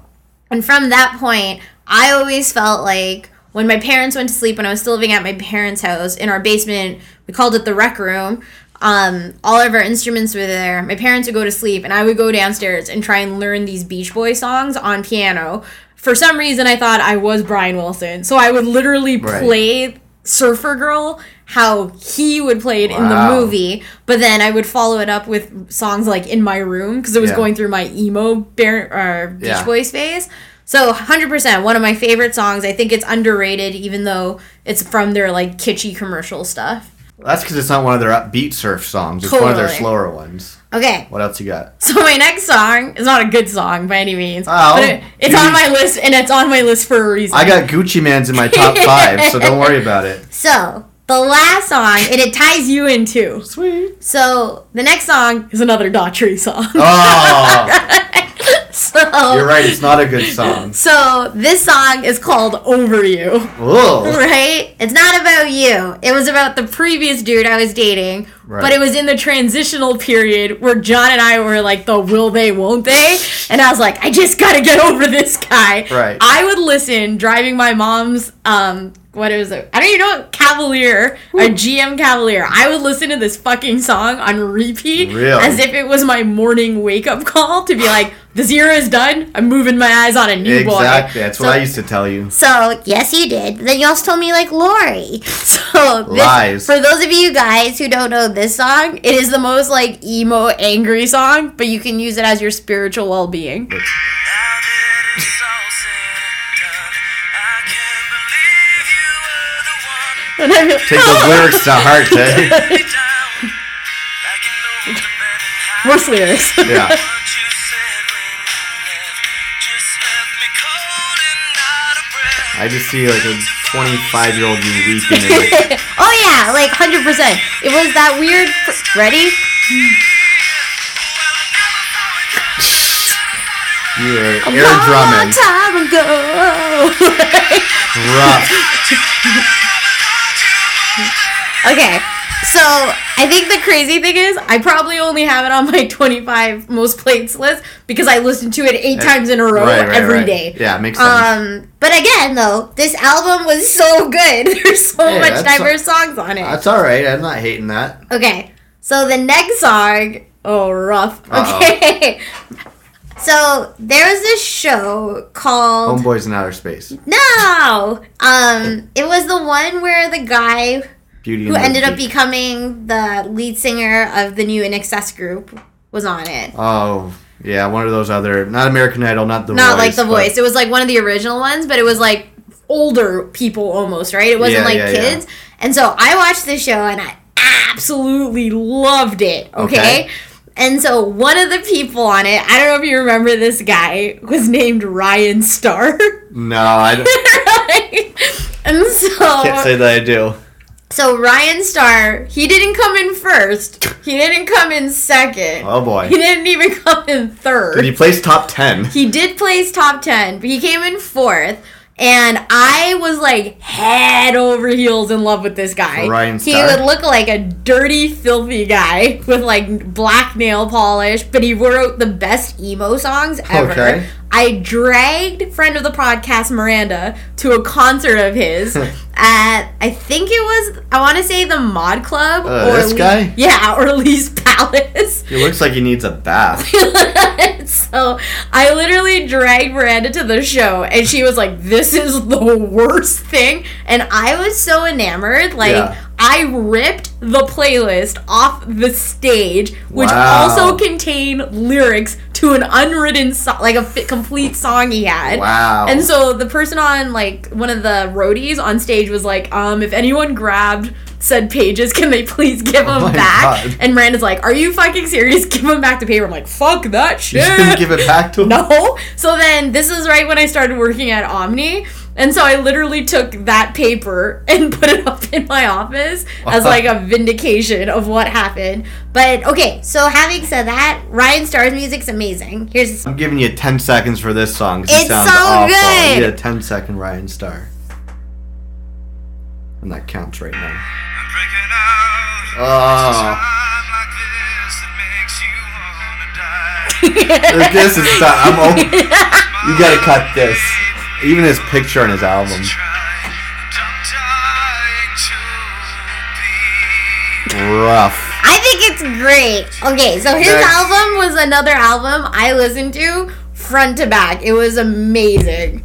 Speaker 2: And from that point, I always felt like when my parents went to sleep, when I was still living at my parents' house in our basement, we called it the rec room. Um, all of our instruments were there. My parents would go to sleep, and I would go downstairs and try and learn these Beach Boy songs on piano. For some reason, I thought I was Brian Wilson, so I would literally
Speaker 3: Right.
Speaker 2: play Surfer Girl how he would play it in
Speaker 3: Wow.
Speaker 2: the movie. But then I would follow it up with songs like "In My Room" because it was
Speaker 3: Yeah.
Speaker 2: going through my emo bar- uh, Beach
Speaker 3: Yeah.
Speaker 2: Boys phase. So 100% one of my favorite songs. I think it's underrated even though it's from their like kitschy commercial stuff.
Speaker 3: That's because it's not one of their upbeat surf songs. It's one of their
Speaker 2: Totally.
Speaker 3: slower ones.
Speaker 2: Okay,
Speaker 3: What else you got?
Speaker 2: so my next song is not a good song by any means,
Speaker 3: Oh,
Speaker 2: but it, it's
Speaker 3: geez.
Speaker 2: on my list and it's on my list for a reason.
Speaker 3: I got Gucci Man's in my top five, so don't worry about it.
Speaker 2: so the last song and it ties you in too.
Speaker 3: Sweet.
Speaker 2: So the next song is another Daughtry song.
Speaker 3: Oh,
Speaker 2: so
Speaker 3: you're right. It's not a good song.
Speaker 2: so this song is called Over You.
Speaker 3: Whoa.
Speaker 2: Right? It's not about you. It was about the previous dude I was dating.
Speaker 3: Right.
Speaker 2: But it was in the transitional period where John and I were like the will they, won't they?
Speaker 5: and I was like, I just gotta get over this guy.
Speaker 3: Right.
Speaker 5: I would listen driving my mom's um what is it? I don't even know Cavalier, a GM Cavalier. I would listen to this fucking song on repeat
Speaker 3: Really?
Speaker 5: as if it was my morning wake up call to be like, the zero is done. I'm moving my eyes on a new boy.
Speaker 3: Exactly. That's what I used to tell you.
Speaker 2: So, yes, you did. Then you also told me you like Lori.
Speaker 5: So this,
Speaker 3: Lies.
Speaker 5: for those of you guys who don't know this song, it is the most like emo angry song, but you can use it as your spiritual well being.
Speaker 8: Now that it's all said and done, I can't believe you were the one
Speaker 3: Take those lyrics to heart, eh? Tay.
Speaker 8: me down. Like an old man in high
Speaker 5: Worse lyrics.
Speaker 3: Yeah.
Speaker 8: What you said when you left just left me cold and out of breath.
Speaker 3: I just see like a 25 year old you weeping. And, like,
Speaker 2: Oh, yeah, like 100%. It was that weird. Fr- Ready?
Speaker 8: Well, I never thought it was
Speaker 3: you're air drumming.
Speaker 2: Time ago.
Speaker 3: Rough.
Speaker 5: Okay. So I think the crazy thing is I probably only have it on my 25 most plates list because I listen to it eight times in a row every day.
Speaker 3: Right, right, right. Yeah, makes sense.
Speaker 2: Um, but again, though, this album was so good.
Speaker 5: There's so
Speaker 3: Hey,
Speaker 5: much
Speaker 3: that's-
Speaker 5: diverse songs on it.
Speaker 3: That's all right. I'm not hating that.
Speaker 2: Okay,
Speaker 5: So the next song, oh rough.
Speaker 3: Uh-oh.
Speaker 5: Okay.
Speaker 2: so there's this show called.
Speaker 3: Homeboys in outer space.
Speaker 2: No! Um, it was the one where the guy
Speaker 3: Beauty.
Speaker 2: who
Speaker 3: and the
Speaker 2: ended up
Speaker 3: Beast.
Speaker 2: becoming the lead singer of the new NXS group was on it.
Speaker 3: Oh yeah, one of those other not American Idol, not the
Speaker 5: Not
Speaker 3: voice,
Speaker 5: like the
Speaker 3: but-
Speaker 5: voice. It was like one of the original ones, but it was like older people almost, right? It wasn't
Speaker 3: Yeah,
Speaker 5: like
Speaker 3: yeah, yeah.
Speaker 5: kids. And so I watched this show and I absolutely loved it. Okay?
Speaker 3: Okay.
Speaker 5: And so one of the people on it, I don't know if you remember this guy, was named Ryan Starr.
Speaker 3: No, I don't-
Speaker 5: and so
Speaker 3: can't say that I do.
Speaker 5: So Ryan Starr, he didn't come in first. He didn't come in second.
Speaker 3: Oh
Speaker 5: He
Speaker 3: boy,
Speaker 5: didn't even come in
Speaker 3: did
Speaker 5: third.
Speaker 3: he place top ten?
Speaker 5: He did place top 10, but he came in fourth. And I was like head over heels in love with this guy.
Speaker 3: For Ryan
Speaker 5: He
Speaker 3: Starr?
Speaker 5: would look like a dirty, filthy guy with like black nail polish, but he wrote the best emo songs ever.
Speaker 3: Okay.
Speaker 5: I dragged friend of the podcast Miranda to a concert of his at I think it was I want to say the Mod Club
Speaker 3: Uh, this
Speaker 5: Lee-
Speaker 3: guy?
Speaker 5: yeah or Lee's Palace.
Speaker 3: He looks like he needs a bath.
Speaker 5: so I literally dragged Miranda to the show, and she was like, "This is the worst thing," and I was so enamored, like.
Speaker 3: Yeah.
Speaker 5: I ripped the playlist off the stage, which
Speaker 3: Wow.
Speaker 5: also contained lyrics to an unwritten song, like a fi- complete song he had.
Speaker 3: Wow.
Speaker 5: And so the person on like one of the roadies on stage was like, um, if anyone grabbed said pages, can they please give them
Speaker 3: Oh my
Speaker 5: back?
Speaker 3: God.
Speaker 5: And Miranda's like, are you fucking serious? Give them back the paper. I'm like, fuck that
Speaker 3: you
Speaker 5: shit.
Speaker 3: didn't give it back to him.
Speaker 5: No. So then this is right when I started working at Omni. And so I literally took that paper and put it up in my office as like a vindication of what happened. But okay,
Speaker 2: So, having said that, Ryan Starr's music's amazing. Here's
Speaker 3: I'm giving you 10 seconds for this song. 'cause
Speaker 2: It's
Speaker 3: it sounds
Speaker 2: so
Speaker 3: awful.
Speaker 2: good.
Speaker 3: You get a 10 second Ryan Star. And that counts right now.
Speaker 8: I'm breaking out.
Speaker 3: Oh,
Speaker 8: Time like this that makes you wanna die.
Speaker 3: this is done. I'm over. You gotta cut this. Even his picture on his album.
Speaker 8: Try, and I'm dying to be.
Speaker 3: Rough.
Speaker 2: I think it's great. Okay, so his
Speaker 3: Next.
Speaker 2: album was another album I listened to front to back. It was amazing.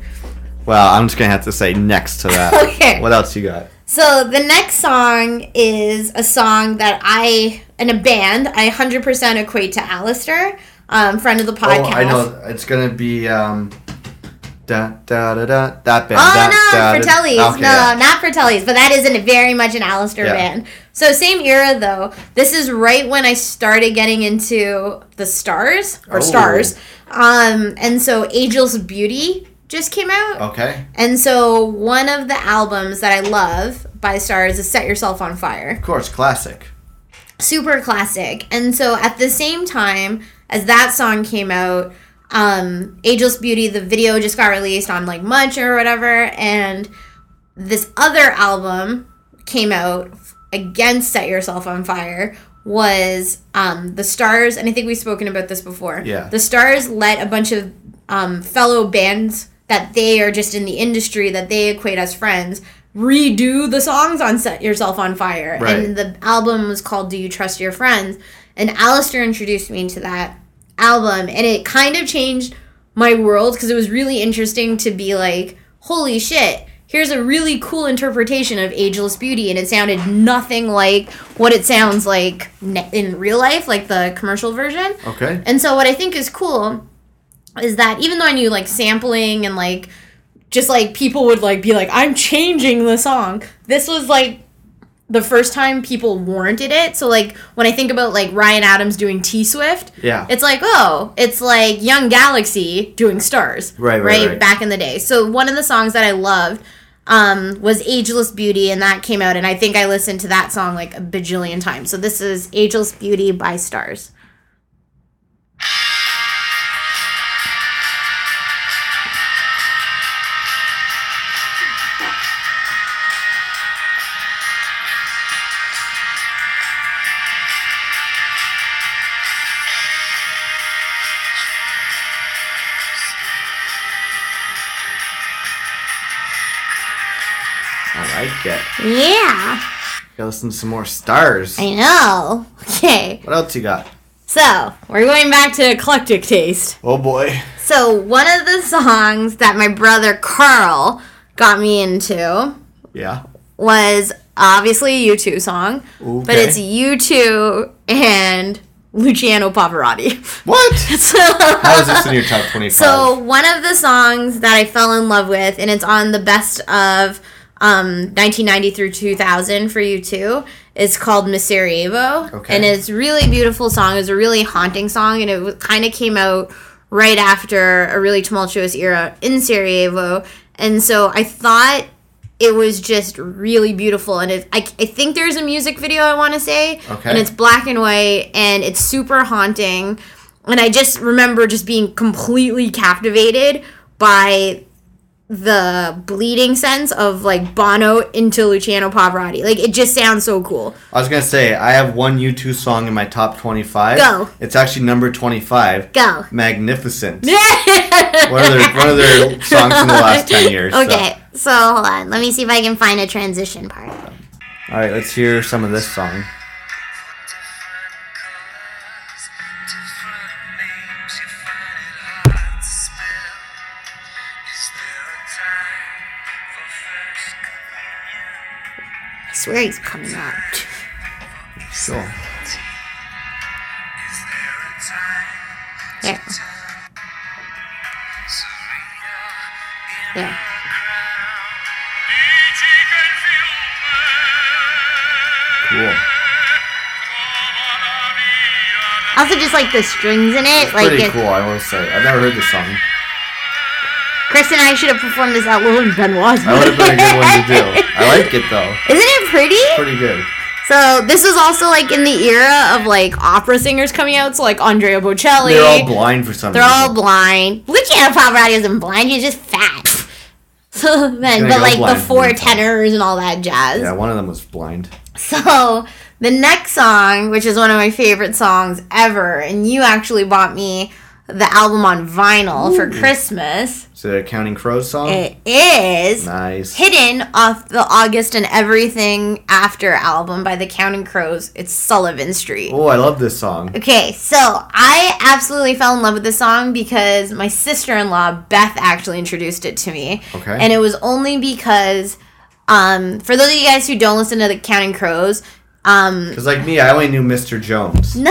Speaker 3: Well, I'm just gonna have to say next to that.
Speaker 2: Okay.
Speaker 3: What else you got?
Speaker 2: So the next song is a song that I in a band I 100% equate to Alistair, um, friend of the
Speaker 3: Oh,
Speaker 2: podcast.
Speaker 3: I know. It's gonna be, um. Da, da, da, da, that band.
Speaker 2: Oh
Speaker 3: da, da,
Speaker 2: no,
Speaker 3: da-
Speaker 2: Fratelli's.
Speaker 3: Okay,
Speaker 2: no,
Speaker 3: yeah.
Speaker 2: not Fratelli's, but that isn't very much an Alistair
Speaker 3: Yeah.
Speaker 2: band. So same era though. This is right when I started getting into the stars or
Speaker 3: Oh.
Speaker 2: stars. Um, and so Angel's Beauty just came out.
Speaker 3: Okay.
Speaker 2: And so one of the albums that I love by Stars is Set Yourself on Fire.
Speaker 3: Of course, classic.
Speaker 2: Super classic. And so at the same time as that song came out, um, Angel's Beauty, the video just got released on like Munch or whatever, and this other album came out f- against Set Yourself on Fire, was um, the Stars, and I think we've spoken about this before.
Speaker 3: Yeah.
Speaker 2: The Stars let a bunch of um, fellow bands that they are just in the industry that they equate as friends redo the songs on Set Yourself on Fire.
Speaker 3: Right.
Speaker 2: And the album was called Do You Trust Your Friends? And Alistair introduced me to that album, and it kind of changed my world because it was really interesting to be like, holy shit, here's a really cool interpretation of ageless beauty, and it sounded nothing like what it sounds like ne- in real life, like the commercial version.
Speaker 3: Okay.
Speaker 2: And so, what I think is cool is that even though I knew like sampling and like just like people would like be like, I'm changing the song, this was like the first time people warranted it. So, like, when I think about like Ryan Adams doing T Swift,
Speaker 3: Yeah.
Speaker 2: it's like, oh, it's like Young Galaxy doing stars.
Speaker 3: Right, right, right.
Speaker 2: Back in the day. So one of the songs that I loved um, was Ageless Beauty, and that came out, and I think I listened to that song like a bajillion times. So this is Ageless Beauty by Stars.
Speaker 3: I like it.
Speaker 2: Yeah,
Speaker 3: Gotta listen to some more stars.
Speaker 2: I know. Okay,
Speaker 3: What else you got?
Speaker 2: so we're going back to eclectic taste.
Speaker 3: Oh boy.
Speaker 2: So one of the songs that my brother Carl got me into
Speaker 3: Yeah.
Speaker 2: was obviously a U2 song, but
Speaker 3: Okay.
Speaker 2: it's U2 and Luciano Pavarotti.
Speaker 3: What?
Speaker 2: so
Speaker 3: How is this in your top 25?
Speaker 2: so one of the songs that I fell in love with, and it's on the best of um, 1990 through 2000 for you two, is called Miserievo.
Speaker 3: Okay.
Speaker 2: And it's a really beautiful song. It's a really haunting song, and it kind of came out right after a really tumultuous era in Sarajevo. And so I thought it was just really beautiful. And it, I, I think there's a music video, I want to say.
Speaker 3: Okay.
Speaker 2: And it's black and white, and it's super haunting and I just remember just being completely captivated by the bleeding sense of like Bono into Luciano Pavarotti. Like it just sounds so cool.
Speaker 3: I was gonna say I have one U2 song in my top 25.
Speaker 2: Go.
Speaker 3: It's actually number 25.
Speaker 2: Go.
Speaker 3: Magnificent. Yeah. One of their one of their songs in the last 10 years. so.
Speaker 2: Okay, so hold on. Let me see if I can find a transition part.
Speaker 3: All right, let's hear some of this song.
Speaker 2: I swear he's coming up.
Speaker 3: Sure.
Speaker 2: There. There.
Speaker 3: Cool.
Speaker 2: Also, just like the strings in it, like
Speaker 3: Pretty
Speaker 2: it-
Speaker 3: cool, I will say. I've never heard this song.
Speaker 2: Chris and I should have performed this at Lil and Benoit's.
Speaker 3: That would have been a good one to do. I like it though.
Speaker 2: Isn't it pretty?
Speaker 3: Pretty good.
Speaker 2: So this was also like in the era of like opera singers coming out, so like Andrea Bocelli.
Speaker 3: They're all blind for some
Speaker 2: They're
Speaker 3: reason.
Speaker 2: all blind. Luciano Pavarotti isn't blind. He's just fat. So then,
Speaker 3: Gonna
Speaker 2: but
Speaker 3: go
Speaker 2: like
Speaker 3: blind
Speaker 2: the
Speaker 3: from
Speaker 2: four
Speaker 3: this.
Speaker 2: tenors and all that jazz.
Speaker 3: Yeah, one of them was blind.
Speaker 2: So the next song, which is one of my favorite songs ever, and you actually bought me the album on vinyl for Christmas.
Speaker 3: Is it a Counting Crows song?
Speaker 2: It is
Speaker 3: Nice.
Speaker 2: hidden off the August and Everything After album by the Counting Crows. It's Sullivan Street.
Speaker 3: Oh, I love this song.
Speaker 2: Okay, so I absolutely fell in love with this song because my sister in law, Beth, actually introduced it to me.
Speaker 3: Okay.
Speaker 2: And it was only because, um, for those of you guys who don't listen to the Counting Crows, um,
Speaker 3: Because like me, I only knew Mr. Jones.
Speaker 2: no,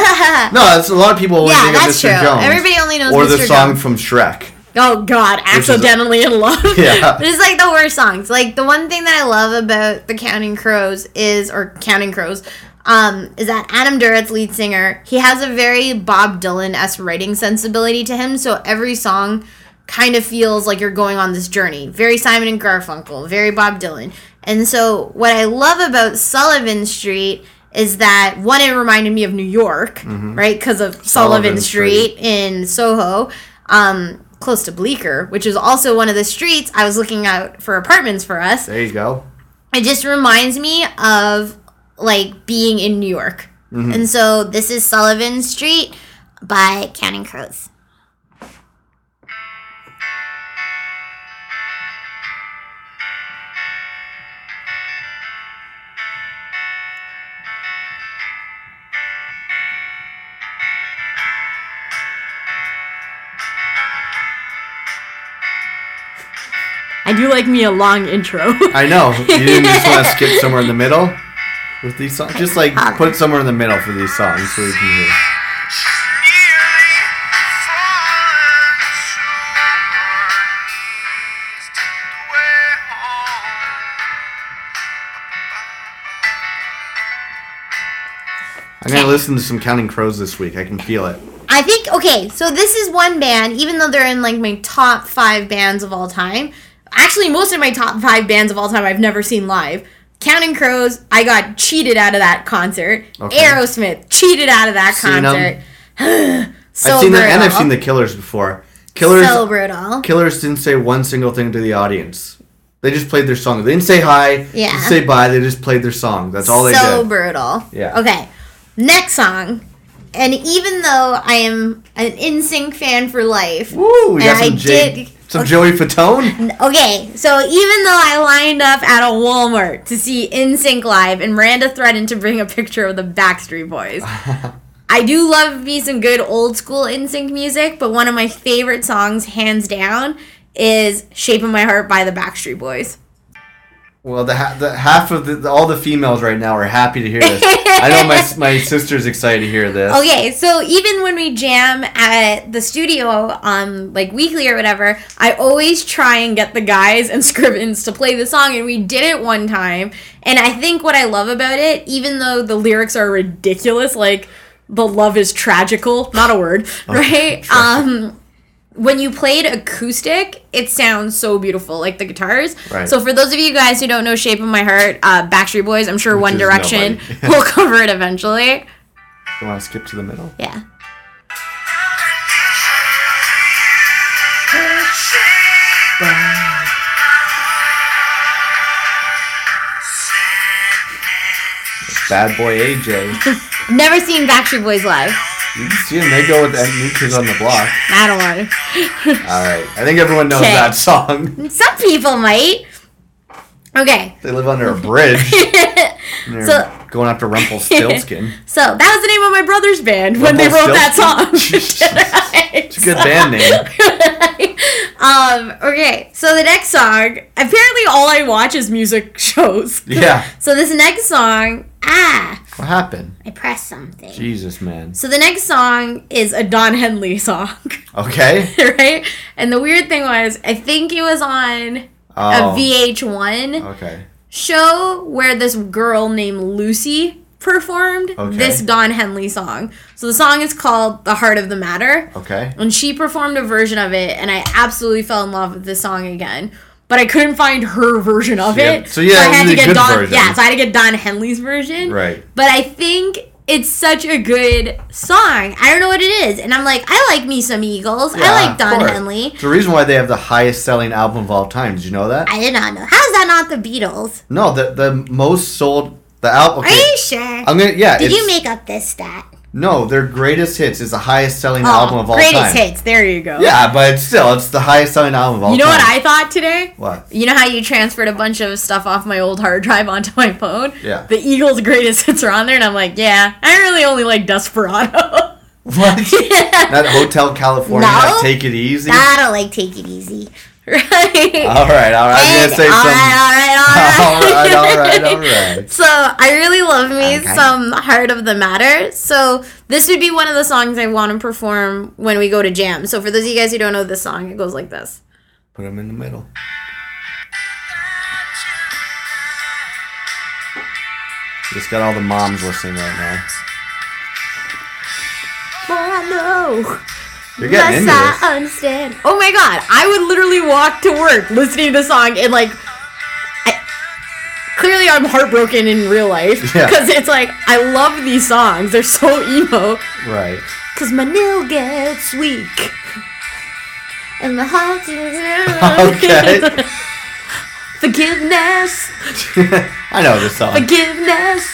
Speaker 3: No, it's a lot of people only
Speaker 2: Yeah,
Speaker 3: think of
Speaker 2: that's
Speaker 3: Mr.
Speaker 2: true.
Speaker 3: Jones.
Speaker 2: Everybody only knows
Speaker 3: or the
Speaker 2: Mr.
Speaker 3: song
Speaker 2: Jones.
Speaker 3: from Shrek.
Speaker 2: oh God,
Speaker 3: is a-
Speaker 2: accidentally in love.
Speaker 3: Yeah.
Speaker 2: This is like the worst songs. Like the one thing that I love about the Counting Crows is, or Counting Crows, um, is that Adam Duritz, lead singer, he has a very Bob Dylan esque writing sensibility to him. So every song kind of feels like you're going on this journey. Very Simon and Garfunkel, very Bob Dylan. And so what I love about Sullivan Street is that one, it reminded me of New York, right? Because of Sullivan,
Speaker 3: Mm-hmm. Sullivan
Speaker 2: Street
Speaker 3: Street.
Speaker 2: in Soho, um, close to Bleecker, which is also one of the streets I was looking out for apartments for us.
Speaker 3: There you go.
Speaker 2: It just reminds me of like being in New York. And so this is Sullivan Street by Counting Crows. I do like me a long intro.
Speaker 3: I know. You didn't just want to skip somewhere in the middle with these songs. Just like put it somewhere in the middle for these songs so we can hear.
Speaker 8: She's nearly fallen to her knees to the way
Speaker 3: I'm gonna listen to some Counting Crows this week. I can feel it.
Speaker 2: I think okay, so this is one band, even though they're in like my top five bands of all time. Actually, most of my top five bands of all time I've never seen live. Counting Crows, I got cheated out of that concert.
Speaker 3: Okay.
Speaker 2: Aerosmith, cheated out of that
Speaker 3: Seen 'em.
Speaker 2: concert. so
Speaker 3: I've seen the
Speaker 2: brutal.
Speaker 3: and I've seen the Killers before. Killers
Speaker 2: so brutal.
Speaker 3: Killers didn't say one single thing to the audience. They just played their song. They didn't say hi.
Speaker 2: Yeah.
Speaker 3: Didn't say bye. They just played their song. That's all they
Speaker 2: so
Speaker 3: did.
Speaker 2: brutal.
Speaker 3: Yeah.
Speaker 2: Okay. Next song. And even though I am an NSYNC fan for life,
Speaker 3: Woo! We got
Speaker 2: and
Speaker 3: some
Speaker 2: I
Speaker 3: Jake,
Speaker 2: did-
Speaker 3: some Joey Fatone.
Speaker 2: Okay, so even though I lined up at a Walmart to see InSync live, and Miranda threatened to bring a picture of the Backstreet Boys, I do love me some good old school InSync music. But one of my favorite songs, hands down, is "Shape of My Heart" by the Backstreet Boys.
Speaker 3: Well, the, ha- the half of the, all the females right now are happy to hear this. I know my my sister's excited to hear this.
Speaker 2: Okay, so even when we jam at the studio, um, like weekly or whatever, I always try and get the guys and Scrivens to play the song, and we did it one time. And I think what I love about it, even though the lyrics are ridiculous, like the love is tragical, not a word, right? Um, when you played acoustic, it sounds so beautiful, like the guitars.
Speaker 3: Right.
Speaker 2: So for those of you guys who don't know "Shape of My Heart," uh, Backstreet Boys, I'm sure One
Speaker 3: is
Speaker 2: Direction
Speaker 3: nobody.
Speaker 2: will cover it eventually.
Speaker 3: You want to skip to the middle?
Speaker 2: Yeah.
Speaker 3: Bad boy AJ.
Speaker 2: Never seen Backstreet Boys live.
Speaker 3: You can see him. They go with the new kids on the block.
Speaker 2: I don't want
Speaker 3: All right. I think everyone knows
Speaker 2: Okay.
Speaker 3: that song.
Speaker 2: to. Some people might. Okay,
Speaker 3: They live under a bridge. And they're
Speaker 2: So-
Speaker 3: going after Rumpelstiltskin.
Speaker 2: so that was the name of my brother's band when they wrote that song.
Speaker 3: It's a good band name.
Speaker 2: um, okay, so the next song. Apparently, all I watch is music shows.
Speaker 3: Yeah.
Speaker 2: So this next song, ah,
Speaker 3: What happened?
Speaker 2: I pressed something.
Speaker 3: Jesus, man.
Speaker 2: So the next song is a Don Henley song,
Speaker 3: Okay.
Speaker 2: right? And the weird thing was, I think it was on
Speaker 3: Oh.
Speaker 2: a VH1.
Speaker 3: Um, Okay.
Speaker 2: show where this girl named Lucy performed
Speaker 3: Okay.
Speaker 2: this Don Henley song. So the song is called The Heart of the Matter.
Speaker 3: Okay.
Speaker 2: And she performed a version of it, and I absolutely fell in love with this song again. But I couldn't find her version of
Speaker 3: So you had-
Speaker 2: it.
Speaker 3: so you had
Speaker 2: I
Speaker 3: a really good
Speaker 2: Don
Speaker 3: version.
Speaker 2: Yeah, so I had to get Don Henley's version.
Speaker 3: Right.
Speaker 2: But I think it's such a good song. I don't know what it is. And I'm like, I like me some Eagles.
Speaker 3: Yeah,
Speaker 2: I like
Speaker 3: of
Speaker 2: Don
Speaker 3: course.
Speaker 2: Henley.
Speaker 3: It's the reason why they have the highest selling album of all time. Did you know that?
Speaker 2: I did not know. How's that not the Beatles?
Speaker 3: No, the the most sold the album.
Speaker 2: Are
Speaker 3: Okay.
Speaker 2: you sure?
Speaker 3: I'm gonna yeah.
Speaker 2: Did
Speaker 3: it's,
Speaker 2: you make up this stat?
Speaker 3: no, their greatest hits is the highest selling album of all
Speaker 2: Oh, greatest
Speaker 3: time.
Speaker 2: hits. There you go.
Speaker 3: Yeah, but it's still, it's the highest selling album of all
Speaker 2: You know
Speaker 3: time.
Speaker 2: what I thought today?
Speaker 3: What?
Speaker 2: You know how you transferred a bunch of stuff off my old hard drive onto my phone?
Speaker 3: Yeah.
Speaker 2: The Eagles' greatest hits are on there, and I'm like, yeah, I really only like Desperado.
Speaker 3: What? That Hotel California,
Speaker 2: No.
Speaker 3: like, Take It Easy.
Speaker 2: I don't like Take It Easy. Right?
Speaker 3: All right, all right. Uh, I was gonna say
Speaker 2: all
Speaker 3: something.
Speaker 2: right, all right, all
Speaker 3: All
Speaker 2: right.
Speaker 3: right, all right, all right.
Speaker 2: So I really love me
Speaker 3: Okay.
Speaker 2: some Heart of the Matter. So this would be one of the songs I want to perform when we go to jam. So for those of you guys who don't know this song, it goes like this.
Speaker 3: Put them in the middle. Just got all the moms listening right now.
Speaker 2: Oh no.
Speaker 3: You're getting into
Speaker 2: Yes,
Speaker 3: this.
Speaker 2: I understand. Oh my god, I would literally walk to work listening to the song and like. I- Clearly, I'm heartbroken in real life
Speaker 3: Yeah.
Speaker 2: because it's like I love these songs. They're so emo.
Speaker 3: Right.
Speaker 2: Cause my nail gets weak and my heart.
Speaker 3: Okay.
Speaker 2: Forgiveness,
Speaker 3: I know this song.
Speaker 2: forgiveness,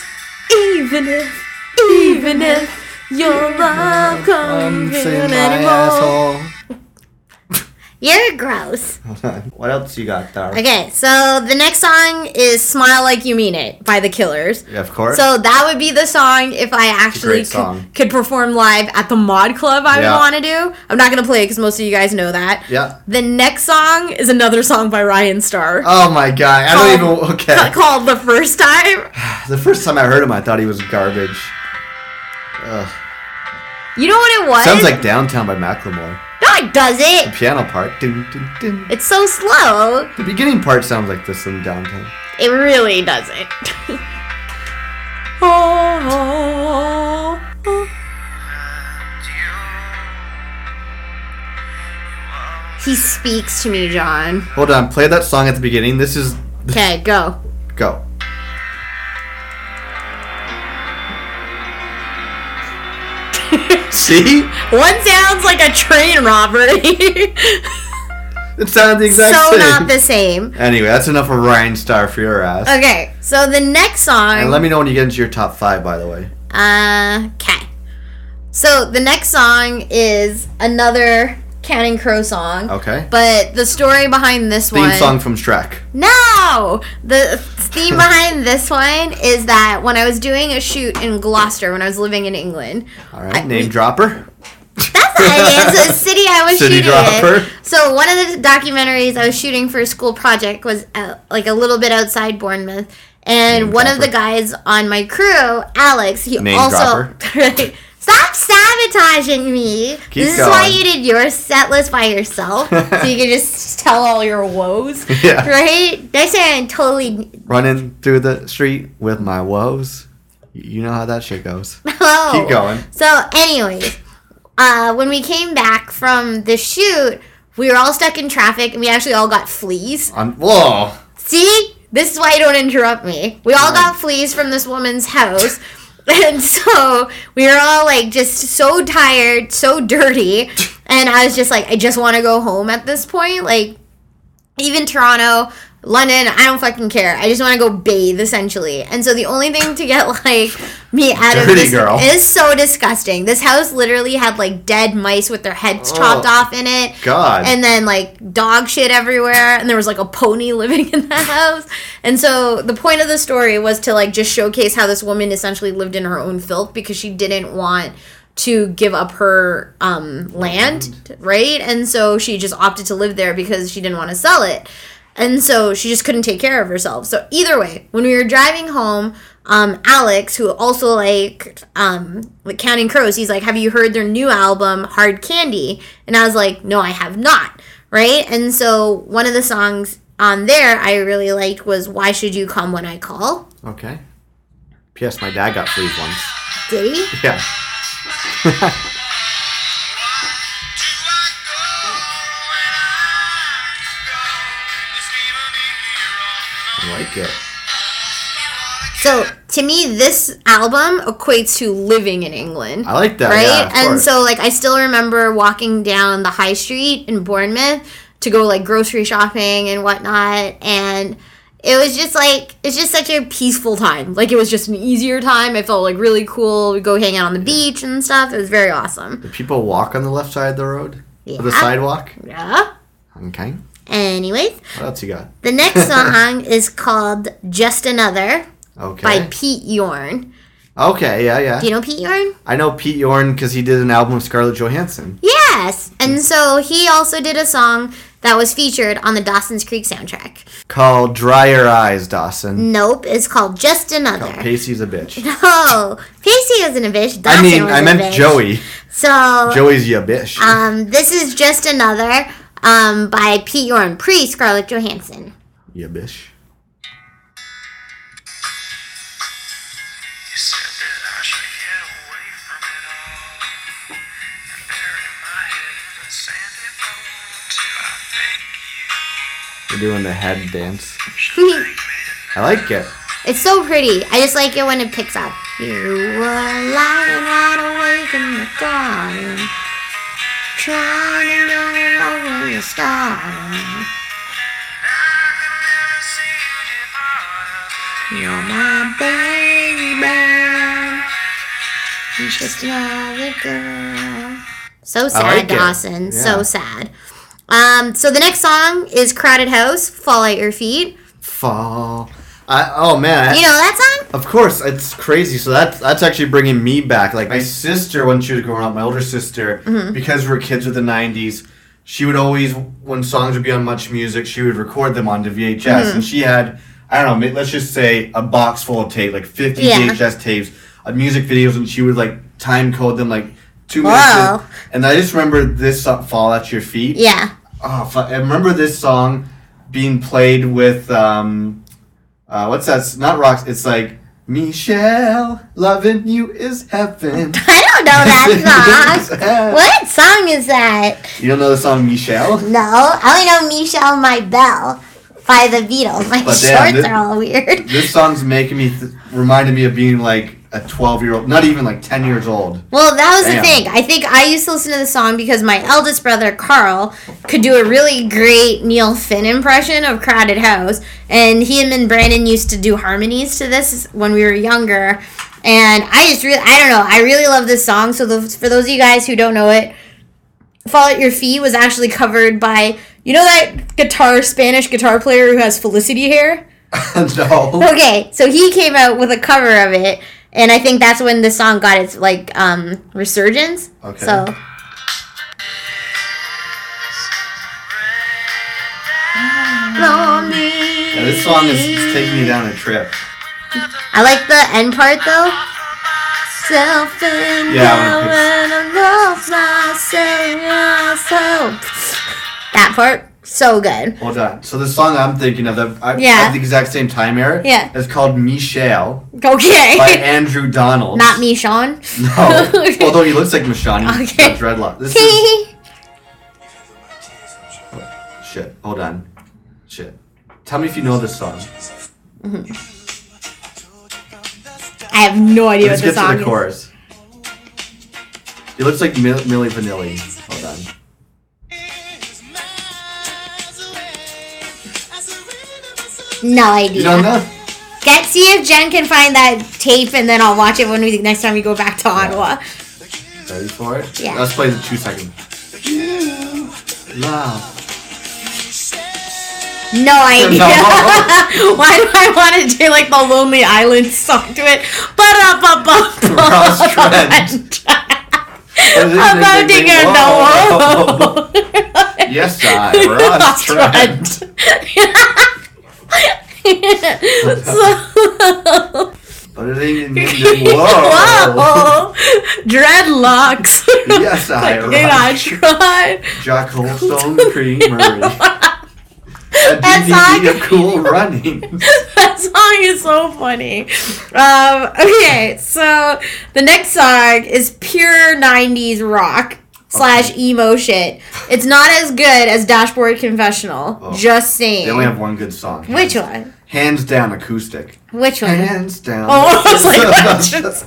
Speaker 2: even if Even if your love
Speaker 3: I'm
Speaker 2: comes
Speaker 3: singing
Speaker 2: in
Speaker 3: my
Speaker 2: anymore.
Speaker 3: asshole.
Speaker 5: You're gross.
Speaker 3: What else you got there?
Speaker 2: Okay, so the next song is "Smile Like You Mean It" by The Killers.
Speaker 3: Yeah, of course.
Speaker 2: So that would be the song if I actually
Speaker 3: great
Speaker 2: could,
Speaker 3: song.
Speaker 2: could perform live at the mod club. I
Speaker 3: Yeah.
Speaker 2: would want to do. I'm not gonna play it because most of you guys know that.
Speaker 3: yeah.
Speaker 2: The next song is another song by Ryan Starr
Speaker 3: Oh my god. I don't
Speaker 2: Called-
Speaker 3: even. Okay.
Speaker 2: called "The First Time."
Speaker 3: The first time I heard him, I thought he was garbage. Ugh.
Speaker 2: You know what it was?
Speaker 3: Sounds like Downtown by Macklemore.
Speaker 2: no, it doesn't.
Speaker 3: Piano part. Dun, dun, dun.
Speaker 2: It's so slow.
Speaker 3: The beginning part sounds like this in Downtown.
Speaker 2: It really doesn't. oh, He speaks to me, John.
Speaker 3: Hold on. Play that song at the beginning. This is.
Speaker 2: Okay, go.
Speaker 3: Go. See?
Speaker 2: One sounds like a train robbery.
Speaker 3: It sounded the exact
Speaker 2: so
Speaker 3: same.
Speaker 2: not the same.
Speaker 3: Anyway, that's enough of Ryan Star for your ass.
Speaker 2: Okay, so the next
Speaker 3: And
Speaker 2: song.
Speaker 3: let me know when you get into your top five, by the way.
Speaker 2: Uh, okay. So the next song is another Counting Crow song.
Speaker 3: Okay.
Speaker 2: But the story behind this
Speaker 3: Theme
Speaker 2: one.
Speaker 3: song from Shrek.
Speaker 2: No! The theme behind this one is that when I was doing a shoot in Gloucester when I was living in England,
Speaker 3: All right. Name dropper.
Speaker 2: that's not it. It's a city I was
Speaker 3: City
Speaker 2: shooting
Speaker 3: dropper.
Speaker 2: in. So one of the documentaries I was shooting for a school project was out, like a little bit outside Bournemouth. And
Speaker 3: Name
Speaker 2: one of the
Speaker 3: dropper.
Speaker 2: guys on my crew, Alex, he
Speaker 3: Name
Speaker 2: also
Speaker 3: dropper.
Speaker 2: Right. Stop sabotaging me.
Speaker 3: Keep
Speaker 2: this is why
Speaker 3: going.
Speaker 2: you did your set list by yourself. so you can just tell all your woes.
Speaker 3: Yeah.
Speaker 2: Right? Next time I totally
Speaker 3: Running through the street with my woes. Y- You know how that shit goes.
Speaker 2: Oh.
Speaker 3: Keep going.
Speaker 2: So, anyways, uh, when we came back from the shoot, we were all stuck in traffic and we actually all got fleas.
Speaker 3: On whoa.
Speaker 2: See? This is why you don't interrupt me. We all got fleas from this woman's house. And so we were all like just so tired, so dirty. And I was just like, I just want to go home at this point. Like, even Toronto, London, I don't fucking care. I just want to go bathe essentially. And so the only thing to get like me out of
Speaker 3: Dirty
Speaker 2: this
Speaker 3: girl.
Speaker 2: is so disgusting. This house literally had like dead mice with their heads chopped
Speaker 3: Oh,
Speaker 2: off in it.
Speaker 3: God.
Speaker 2: And then like dog shit everywhere and there was like a pony living in the house. And so the point of the story was to like just showcase how this woman essentially lived in her own filth because she didn't want to give up her um, land, right? And so she just opted to live there because she didn't want to sell it. And so she just couldn't take care of herself. So either way, when we were driving home, um, Alex, who also like um, like Counting Crows, he's like, "Have you heard their new album, Hard Candy?" And I was like, "No, I have not." Right? And so one of the songs on there I really liked was "Why Should You Come When I Call."
Speaker 3: Okay. P.S. My dad got fleas once.
Speaker 2: Did he?
Speaker 3: Yeah. I like it.
Speaker 2: So to me, this album equates to living in England.
Speaker 3: I like that.
Speaker 2: right?
Speaker 3: Yeah, of
Speaker 2: and
Speaker 3: course.
Speaker 2: so like I still remember walking down the high street in Bournemouth to go like grocery shopping and whatnot and it was just like it's just such a peaceful time. Like it was just an easier time. I felt like really cool. We'd go hang out on the beach and stuff. It was very awesome.
Speaker 3: Do people walk on the left side of the road? Or the
Speaker 2: Yeah.
Speaker 3: sidewalk?
Speaker 2: Yeah.
Speaker 3: Okay.
Speaker 2: Anyways,
Speaker 3: What else you got?
Speaker 2: the next song is called Just Another by
Speaker 3: Okay.
Speaker 2: Pete Yorn.
Speaker 3: Okay, yeah, yeah.
Speaker 2: Do you know Pete Yorn?
Speaker 3: I know Pete Yorn because he did an album with Scarlett Johansson.
Speaker 2: Yes. And so he also did a song that was featured on the Dawson's Creek soundtrack.
Speaker 3: Called Dry Your Eyes, Dawson.
Speaker 2: Nope is called Just
Speaker 3: Oh,
Speaker 2: Another.
Speaker 3: Pacey's a bitch.
Speaker 2: Oh, Pacey isn't a bitch. Dawson
Speaker 3: I mean,
Speaker 2: was
Speaker 3: I
Speaker 2: a
Speaker 3: meant
Speaker 2: bitch. Uh,
Speaker 3: Joey.
Speaker 2: So,
Speaker 3: Joey's ya bitch.
Speaker 2: um, this is Just Another um, by Pete Yorn, pre Scarlett Johansson.
Speaker 3: ya bitch.
Speaker 8: You said that I should get away from it all and bury my head in the sandy bone till I thank you.
Speaker 3: We're doing the head dance.
Speaker 2: it's
Speaker 3: I like it.
Speaker 2: so pretty. I just like it when it picks up. You were lying wide awake in the garden, trying to know where you're starting.
Speaker 8: I can never see you depart.
Speaker 2: You're my baby. just another girl. So sad,
Speaker 3: like it.
Speaker 2: Dawson.
Speaker 3: Yeah.
Speaker 2: So sad. Um, so the next song is Crowded House, Fall at Your Feet.
Speaker 3: Fall. I, oh man. I-
Speaker 2: You know that song?
Speaker 3: Of course, it's crazy. So that's that's actually bringing me back. Like my sister, when she was growing up, my older sister,
Speaker 2: Mm-hmm.
Speaker 3: because we're kids of the '90s, she would always, when songs would be on Much Music, she would record them onto VHS,
Speaker 2: Mm-hmm.
Speaker 3: and she had, I don't know, ma- let's just say a box full of tape, like 50
Speaker 2: Yeah.
Speaker 3: VHS tapes of music videos, and she would like time code them like two
Speaker 2: Wow.
Speaker 3: minutes. in. And I just remember this song, "Fall at Your Feet."
Speaker 2: Yeah.
Speaker 3: Oh, fu- I remember this song being played with um, uh, what's that? s- Not rocks. It's like Michelle, loving you is heaven.
Speaker 2: I don't know that
Speaker 3: what?
Speaker 2: song. what song is that?
Speaker 3: You don't know the song Michelle?
Speaker 2: No, I only know Michelle My Bell by the Beatles. My
Speaker 3: But
Speaker 2: shorts
Speaker 3: damn, this-
Speaker 2: are all weird.
Speaker 3: This song's making me th- reminded me of being like a twelve year old, not even like ten years old.
Speaker 2: Well, that was
Speaker 3: Damn.
Speaker 2: the thing. I think I used to listen to the song because my eldest brother Carl could do a really great Neil Finn impression of Crowded House, and he and Brandon used to do harmonies to this when we were younger. And I just really, I don't know, I really love this song. So the, for those of you guys who don't know it, "Fall at Your Feet" was actually covered by you know that guitar Spanish guitar player who has Felicity hair.
Speaker 3: no.
Speaker 2: Okay, so he came out with a cover of it, and I think that's when the song got its like um resurgence.
Speaker 3: Okay.
Speaker 2: So
Speaker 3: Yeah, this song is, is taking me down a trip.
Speaker 2: I like the end part though. Self and
Speaker 3: Yeah, I
Speaker 2: now
Speaker 3: wanna
Speaker 2: when I lost myself. That part so good.
Speaker 3: Hold on. So the song I'm thinking of, that I,
Speaker 2: Yeah.
Speaker 3: at the exact same time era,
Speaker 2: Yeah.
Speaker 3: is called Michelle by
Speaker 2: Okay.
Speaker 3: Andrew Donald.
Speaker 2: Not me, Sean.
Speaker 3: No. Oh. Although he looks like Mashani.
Speaker 2: Okay.
Speaker 3: Okay. Dreadlock. This is, shit. Hold on. Shit. Tell me if you know this song.
Speaker 2: I have no idea
Speaker 3: Let's
Speaker 2: what the
Speaker 3: get
Speaker 2: song
Speaker 3: to the chorus. He looks like Mil- Millie Vanilli. Hold on.
Speaker 2: is. No idea.
Speaker 3: You don't know?
Speaker 2: Get see if Jen can find that tape, and then I'll watch it when we next time we go back to Ottawa.
Speaker 3: Ready for it?
Speaker 2: Yeah.
Speaker 3: Let's play the two second. Love.
Speaker 2: No idea.
Speaker 3: No.
Speaker 2: Why do I want to do like the Lonely Island song to it?
Speaker 3: Ross
Speaker 2: Oh
Speaker 3: Trent.
Speaker 2: About to get
Speaker 3: Whoa.
Speaker 2: no
Speaker 3: Yes, I. Ross Trent.
Speaker 2: so,
Speaker 3: But it ain't- Whoa.
Speaker 2: whoa, dreadlocks.
Speaker 3: Yes, I.
Speaker 2: Did I
Speaker 3: Ross
Speaker 2: try?
Speaker 3: Jack Holstone Creamery. A
Speaker 2: That's not-
Speaker 3: DVD of Cool Running.
Speaker 2: that song is so funny. Um, okay, so the next song is pure '90s rock slash emo shit. It's not as good as Dashboard Confessional.
Speaker 3: Oh.
Speaker 2: Just saying.
Speaker 3: They only have one good song.
Speaker 2: Which one?
Speaker 3: Hands down acoustic.
Speaker 2: Which one?
Speaker 3: Hands down.
Speaker 2: Oh, I was like, that's just-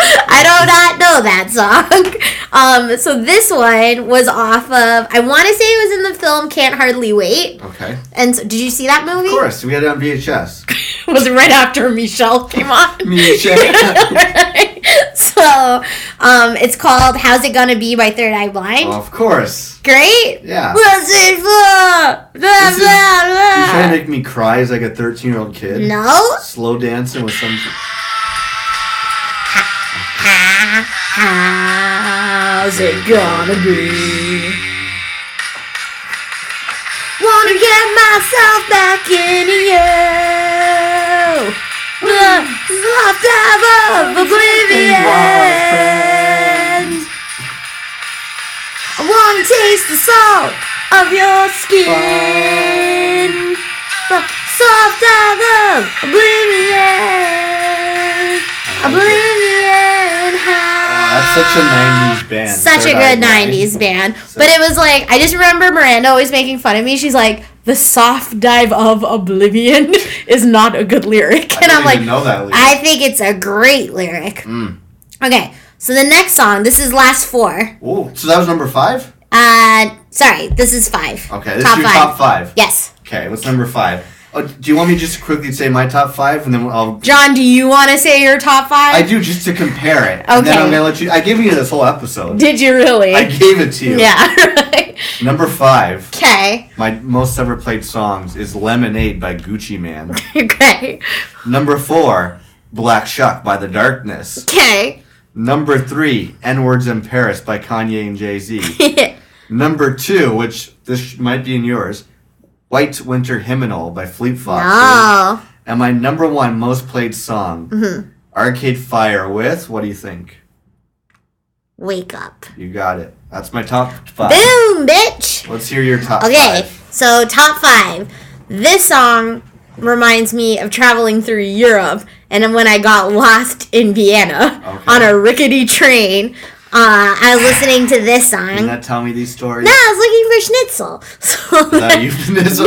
Speaker 2: I do not know that song. Um, so this one was off of. I want to say it was in the film Can't Hardly Wait.
Speaker 3: okay.
Speaker 2: And so, did you see that movie?
Speaker 3: Of course, we had it on VHS.
Speaker 2: It was right after Michelle came on.
Speaker 3: VHS.
Speaker 2: so um, it's called How's It Gonna Be by Third Eye Blind.
Speaker 3: of course.
Speaker 2: Great.
Speaker 3: Yeah.
Speaker 2: What's it for? Blah,
Speaker 3: This is- You trying
Speaker 2: blah,
Speaker 3: to
Speaker 2: blah.
Speaker 3: make me cry as like a 13 year old kid?
Speaker 2: No.
Speaker 3: Slow dancing with some.
Speaker 2: How's it gonna be? Wanna get myself back into you. The lifetime of oblivion. I wanna taste the salt of your skin. The soft of oblivion. Oblivion
Speaker 3: That's such a 90s band.
Speaker 2: such a
Speaker 3: Third Eye
Speaker 2: good
Speaker 3: Blind.
Speaker 2: 90s band but it was like i just remember miranda always making fun of me she's like the soft dive of oblivion is not a good lyric
Speaker 3: I
Speaker 2: and
Speaker 3: don't
Speaker 2: i'm
Speaker 3: even
Speaker 2: like
Speaker 3: know that Hmm. lyric.
Speaker 2: i think it's a great lyric okay so the next song this is last four
Speaker 3: Ooh, so that was number five?
Speaker 2: uh sorry this is five
Speaker 3: Okay, this is your top five.
Speaker 2: yes
Speaker 3: Okay, what's number five? Uh, do you want me just to quickly say my top five, and then I'll.
Speaker 2: John, do you want to say your top five?
Speaker 3: I do just to compare it. And then
Speaker 2: Okay.
Speaker 3: I'm gonna let you. I gave you this whole episode.
Speaker 2: Did you really?
Speaker 3: I gave it to you.
Speaker 2: yeah. Right.
Speaker 3: Number five,
Speaker 2: Okay.
Speaker 3: my most ever played songs is "Lemonade" by Gucci Man.
Speaker 2: Okay.
Speaker 3: Number four, "Black Shuck" by The Darkness.
Speaker 2: Okay.
Speaker 3: Number three, N Words in Paris by Kanye and Jay Z. Number two, which this might be in yours, White Winter Hymnal by Fleet Foxes.
Speaker 2: Oh.
Speaker 3: And my number one most played song,
Speaker 2: Mm-hmm.
Speaker 3: Arcade Fire with, what do you think?
Speaker 2: Wake up.
Speaker 3: You got it. That's my top five.
Speaker 2: Boom, bitch.
Speaker 3: Let's hear your top
Speaker 2: Okay,
Speaker 3: five.
Speaker 2: so top five. This song reminds me of traveling through Europe and when I got lost in Vienna
Speaker 3: Okay.
Speaker 2: on a rickety train. Uh, I was listening to this song.
Speaker 3: Didn't
Speaker 2: No,
Speaker 3: that tell me these stories?
Speaker 2: I was looking for schnitzel. So
Speaker 3: Is that a euphemism?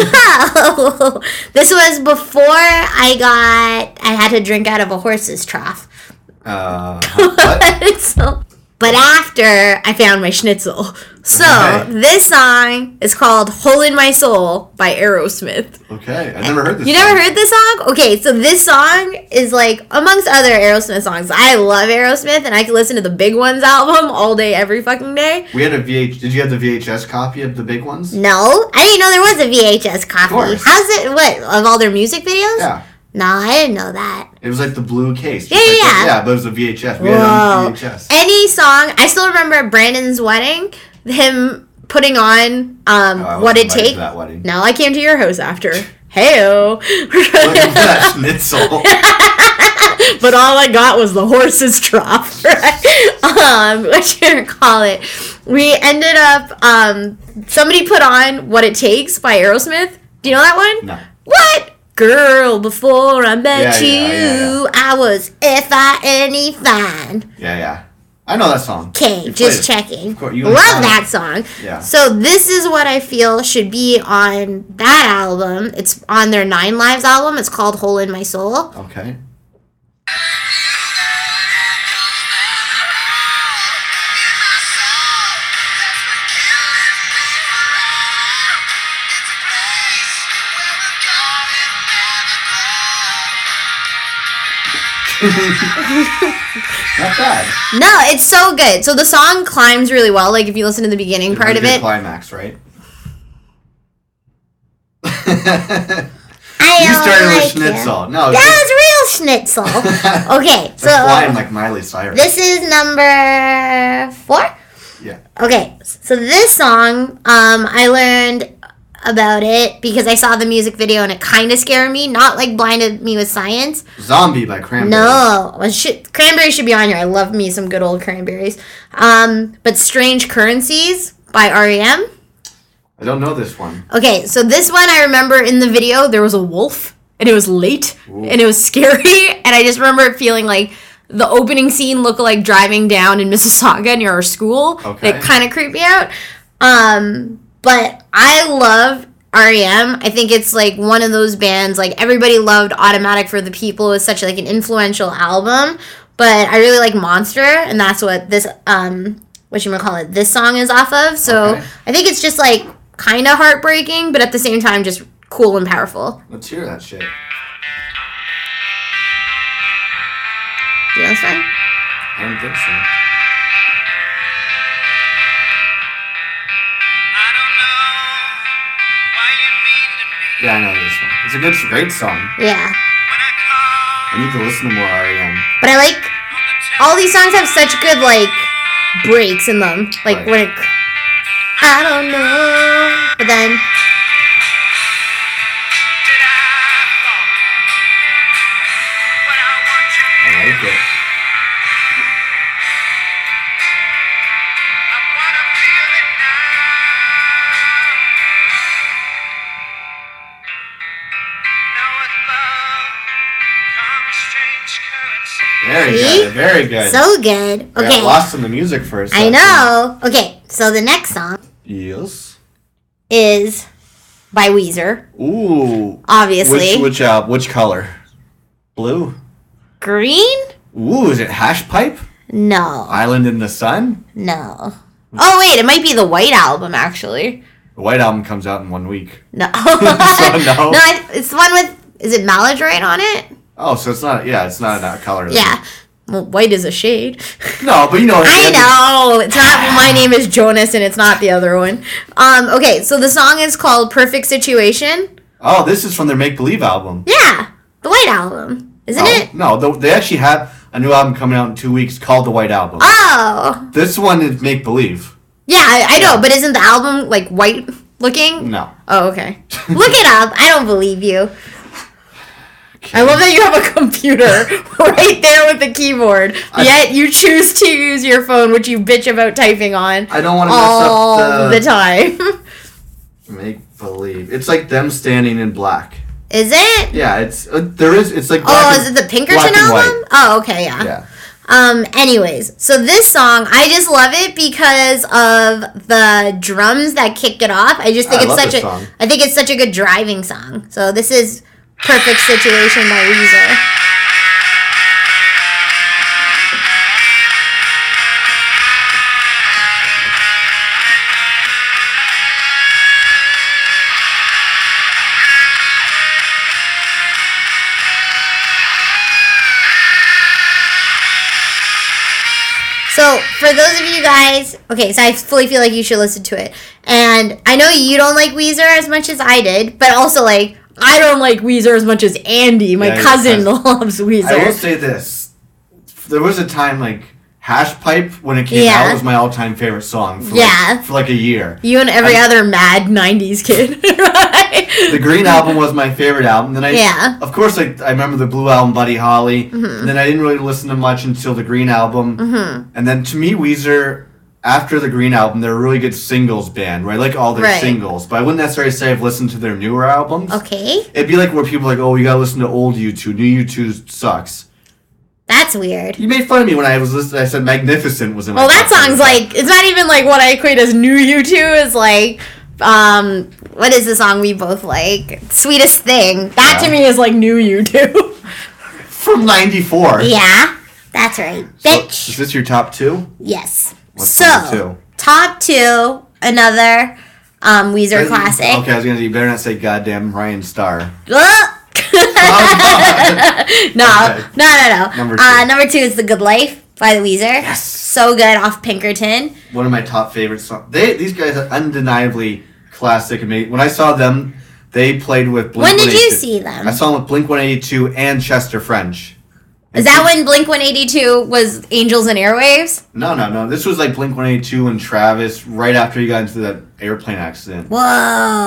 Speaker 2: no. This was before I got. I had to drink out of a horse's trough.
Speaker 3: Uh, what?
Speaker 2: So- but after I found my schnitzel. So
Speaker 3: Okay.
Speaker 2: this song is called "Hole in My Soul" by Aerosmith.
Speaker 3: Okay, I never heard this.
Speaker 2: You
Speaker 3: song.
Speaker 2: never heard this song? Okay, so this song is like amongst other Aerosmith songs. I love Aerosmith and I can listen to the Big Ones album all day every fucking day.
Speaker 3: We had a VH. Did you have the VHS copy of the big ones?
Speaker 2: No, I didn't know there was a VHS copy.
Speaker 3: course.
Speaker 2: How's it what of all their music videos?
Speaker 3: Yeah.
Speaker 2: No, I didn't know that.
Speaker 3: It was like the blue case. just like
Speaker 2: Yeah, yeah,
Speaker 3: the-
Speaker 2: yeah.
Speaker 3: yeah, but it was a VHS. We had it on
Speaker 2: Whoa.
Speaker 3: VHS.
Speaker 2: Any song, I still remember at Brandon's wedding, him putting on um,
Speaker 3: Oh, I wasn't
Speaker 2: what it
Speaker 3: invited to
Speaker 2: take.
Speaker 3: that wedding.
Speaker 2: No, I came to your house after. Heyo.
Speaker 3: Look at that schnitzel.
Speaker 2: but all I got was the horse's trough, right? um, what you gonna call it? We ended up um, somebody put on "What It Takes" by Aerosmith. Do you know that one?
Speaker 3: No.
Speaker 2: What? Girl, before I met
Speaker 3: Yeah, yeah,
Speaker 2: you,
Speaker 3: yeah,
Speaker 2: I was if I any fine.
Speaker 3: Yeah, yeah. I know that song.
Speaker 2: Okay,
Speaker 3: You
Speaker 2: just
Speaker 3: played it.
Speaker 2: checking.
Speaker 3: Of course, you
Speaker 2: Love
Speaker 3: found it.
Speaker 2: that song.
Speaker 3: Yeah.
Speaker 2: So this is what I feel should be on that album. It's on their Nine Lives album. It's called "Hole in My Soul."
Speaker 3: Okay. Not bad.
Speaker 2: No, it's so good. So the song climbs really well. Like if you listen to the beginning part
Speaker 3: Really
Speaker 2: of
Speaker 3: good
Speaker 2: it,
Speaker 3: Climax, right?
Speaker 2: I
Speaker 3: You
Speaker 2: don't
Speaker 3: started with
Speaker 2: like it.
Speaker 3: schnitzel. No, it's just
Speaker 2: That was real schnitzel. okay, so
Speaker 3: flying like Miley Cyrus.
Speaker 2: this is number four.
Speaker 3: yeah.
Speaker 2: Okay, so this song, um, I learned about it because I saw the music video and it kind of scared me. Not like blinded me with science.
Speaker 3: Zombie by Cranberries.
Speaker 2: No, well, shit, cranberry should be on here. I love me some good old cranberries. Um, but strange currencies by E REM.
Speaker 3: I don't know this one.
Speaker 2: Okay, so this one I remember in the video there was a wolf and it was late and it was scary and I just remember it feeling like the opening scene looked like driving down in Mississauga near our school.
Speaker 3: Okay.
Speaker 2: It kind of creeped me out. Um, but I love REM. I think it's like one of those bands like everybody loved Automatic for the People. It was such like an influential album, but I really like Monster and that's what this um what you call it this song is off of. So
Speaker 3: Okay.
Speaker 2: I think it's just like kind of heartbreaking, but at the same time, just cool and powerful.
Speaker 3: Let's hear that shit.
Speaker 2: Do you know this one?
Speaker 3: I don't think so. Yeah, I know this one. It's a good, great song.
Speaker 2: Yeah.
Speaker 3: I need to listen to more E REM.
Speaker 2: But I like all these songs have such good like breaks in them. Like
Speaker 3: Right.
Speaker 2: when it, I don't know, but then
Speaker 3: I like it. Very
Speaker 2: See?
Speaker 3: good. Very good.
Speaker 2: so good.
Speaker 3: I
Speaker 2: Okay.
Speaker 3: got lost in the music for a
Speaker 2: I
Speaker 3: second.
Speaker 2: know. Okay, so the next song
Speaker 3: Yes.
Speaker 2: is by Weezer,
Speaker 3: Ooh.
Speaker 2: obviously.
Speaker 3: Which which uh which color? Blue.
Speaker 2: Green?
Speaker 3: Ooh, is it hash pipe?
Speaker 2: No.
Speaker 3: Island in the sun?
Speaker 2: No. Oh wait, it might be the White Album actually.
Speaker 3: The White Album comes out in one week.
Speaker 2: No.
Speaker 3: no.
Speaker 2: no, I, it's the one with is it Maladroit on it?
Speaker 3: Oh, so it's not. Yeah, it's not a color.
Speaker 2: Yeah. Well, white is a shade.
Speaker 3: No, but you know.
Speaker 2: I know. It's not my name is Jonas and it's not the other one. Um okay, so the song is called Perfect Situation.
Speaker 3: Oh, this is from their Make Believe album.
Speaker 2: Yeah. The White Album. Isn't
Speaker 3: No,
Speaker 2: it?
Speaker 3: no the, they actually have a new album coming out in two weeks called The White Album.
Speaker 2: Oh.
Speaker 3: This one is Make Believe.
Speaker 2: Yeah, I, I know, but isn't the album like white looking?
Speaker 3: No.
Speaker 2: Oh, okay. Look it up. I don't believe you. I love that you have a computer right there with the keyboard. Yet you choose to use your phone, which you bitch about typing on
Speaker 3: I don't want to mess
Speaker 2: all
Speaker 3: up
Speaker 2: the
Speaker 3: the,
Speaker 2: time.
Speaker 3: Make Believe. It's like them standing in black.
Speaker 2: is it?
Speaker 3: Yeah, it's uh, there is. It's like.
Speaker 2: Oh,
Speaker 3: black
Speaker 2: is it
Speaker 3: and-
Speaker 2: the Pinkerton
Speaker 3: black and white.
Speaker 2: album? Oh, okay, yeah.
Speaker 3: Yeah.
Speaker 2: Um, anyways, so this song, I just love it because of the drums that kick it off. I just think
Speaker 3: I
Speaker 2: it's
Speaker 3: love
Speaker 2: such
Speaker 3: this
Speaker 2: a,
Speaker 3: song.
Speaker 2: I think it's such a good driving song. So this is Perfect Situation by Weezer. So for those of you guys, okay, so I fully feel like you should listen to it. And I know you don't like Weezer as much as I did, but also like I don't like Weezer as much as Andy, my
Speaker 3: Yeah, your
Speaker 2: cousin,
Speaker 3: cousin.
Speaker 2: loves
Speaker 3: I will
Speaker 2: Weezer.
Speaker 3: say this: there was a time like Hash Pipe when it came
Speaker 2: Yeah.
Speaker 3: out was my all-time favorite song. For
Speaker 2: Yeah.
Speaker 3: Like, for like a year.
Speaker 2: You and every
Speaker 3: I-
Speaker 2: other mad '90s kid,
Speaker 3: The
Speaker 2: right?
Speaker 3: Green album was my favorite album. Then I,
Speaker 2: Yeah. Mm-hmm.
Speaker 3: of course, like I remember the Blue album, Buddy Holly. And then I didn't really listen to much until the Green album. And then to me, Weezer, after the Green album, they're a really good singles band. Where I like all their
Speaker 2: Right.
Speaker 3: singles, but I wouldn't necessarily say I've listened to their newer albums.
Speaker 2: Okay,
Speaker 3: It'd be like where people are like, oh, you gotta listen to old U2. New U2 sucks.
Speaker 2: that's weird.
Speaker 3: You made fun of me when I was listening. I said Magnificent was in. my
Speaker 2: Well, that
Speaker 3: top ten.
Speaker 2: song's like it's not even like what I equate as new U2 is like. Um, what is the song we both like? Sweetest thing. That to me is like new U2.
Speaker 3: from '94.
Speaker 2: Yeah, that's right,
Speaker 3: Is
Speaker 2: bitch.
Speaker 3: this your top two?
Speaker 2: Yes.
Speaker 3: What's
Speaker 2: so
Speaker 3: number two?
Speaker 2: top two, another um, Weezer classic.
Speaker 3: Okay, I was gonna. say, You better not say "goddamn Ryan Starr."
Speaker 2: Ugh. no,
Speaker 3: Okay.
Speaker 2: no, no, no.
Speaker 3: Number
Speaker 2: Uh,
Speaker 3: two.
Speaker 2: number two is "The Good Life" by the Weezer. Yes. So good off Pinkerton.
Speaker 3: One of my top favorite songs. They these guys are undeniably classic. ama- When I saw them, they played with. Blink
Speaker 2: When did you
Speaker 3: 182.
Speaker 2: see them?
Speaker 3: I saw them with Blink 182 and Chester French.
Speaker 2: Is that when Blink One Eighty Two was "Angels and Airwaves"?
Speaker 3: No, no, no. This was like Blink 182 and Travis right after he got into that airplane accident.
Speaker 2: Whoa.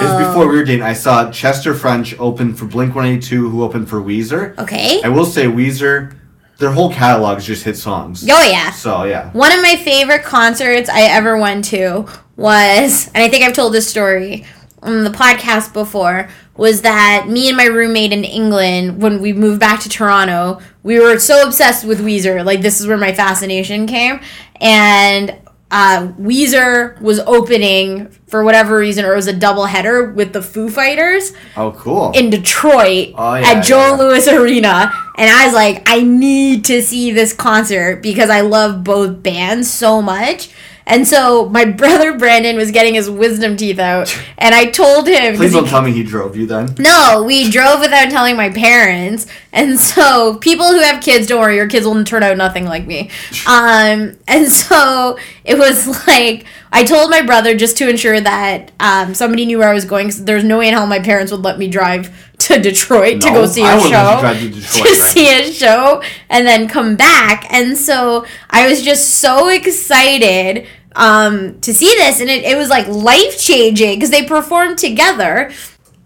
Speaker 3: It was before we were dating. I saw Chester French open for Blink 182, who opened for Weezer.
Speaker 2: Okay.
Speaker 3: I will say Weezer, their whole catalog is just hit songs.
Speaker 2: Oh yeah.
Speaker 3: So yeah.
Speaker 2: One of my favorite concerts I ever went to was, and I think I've told this story on the podcast before, was that me and my roommate in England, when we moved back to Toronto, we were so obsessed with Weezer. Like, this is where my fascination came. And uh, Weezer was opening, for whatever reason, or it was a double header with the Foo Fighters
Speaker 3: Oh, cool.
Speaker 2: Mm-hmm. in Detroit
Speaker 3: Oh, yeah,
Speaker 2: at Joel
Speaker 3: yeah.
Speaker 2: Lewis Arena. And I was like, I need to see this concert because I love both bands so much. And so my brother Brandon was getting his wisdom teeth out, and I told him. 'cause
Speaker 3: Please
Speaker 2: he-
Speaker 3: don't tell me he drove you then.
Speaker 2: no, we drove without telling my parents. And so, people who have kids, don't worry, your kids will turn out nothing like me. Um, and so, it was like, I told my brother just to ensure that um, somebody knew where I was going. 'cause There's no way in hell my parents would let me drive to Detroit to
Speaker 3: No,
Speaker 2: go see
Speaker 3: I
Speaker 2: a
Speaker 3: wouldn't let you
Speaker 2: show.
Speaker 3: drive to Detroit, right?
Speaker 2: see a show and then come back. And so, I was just so excited um to see this and it, it was like life changing because they performed together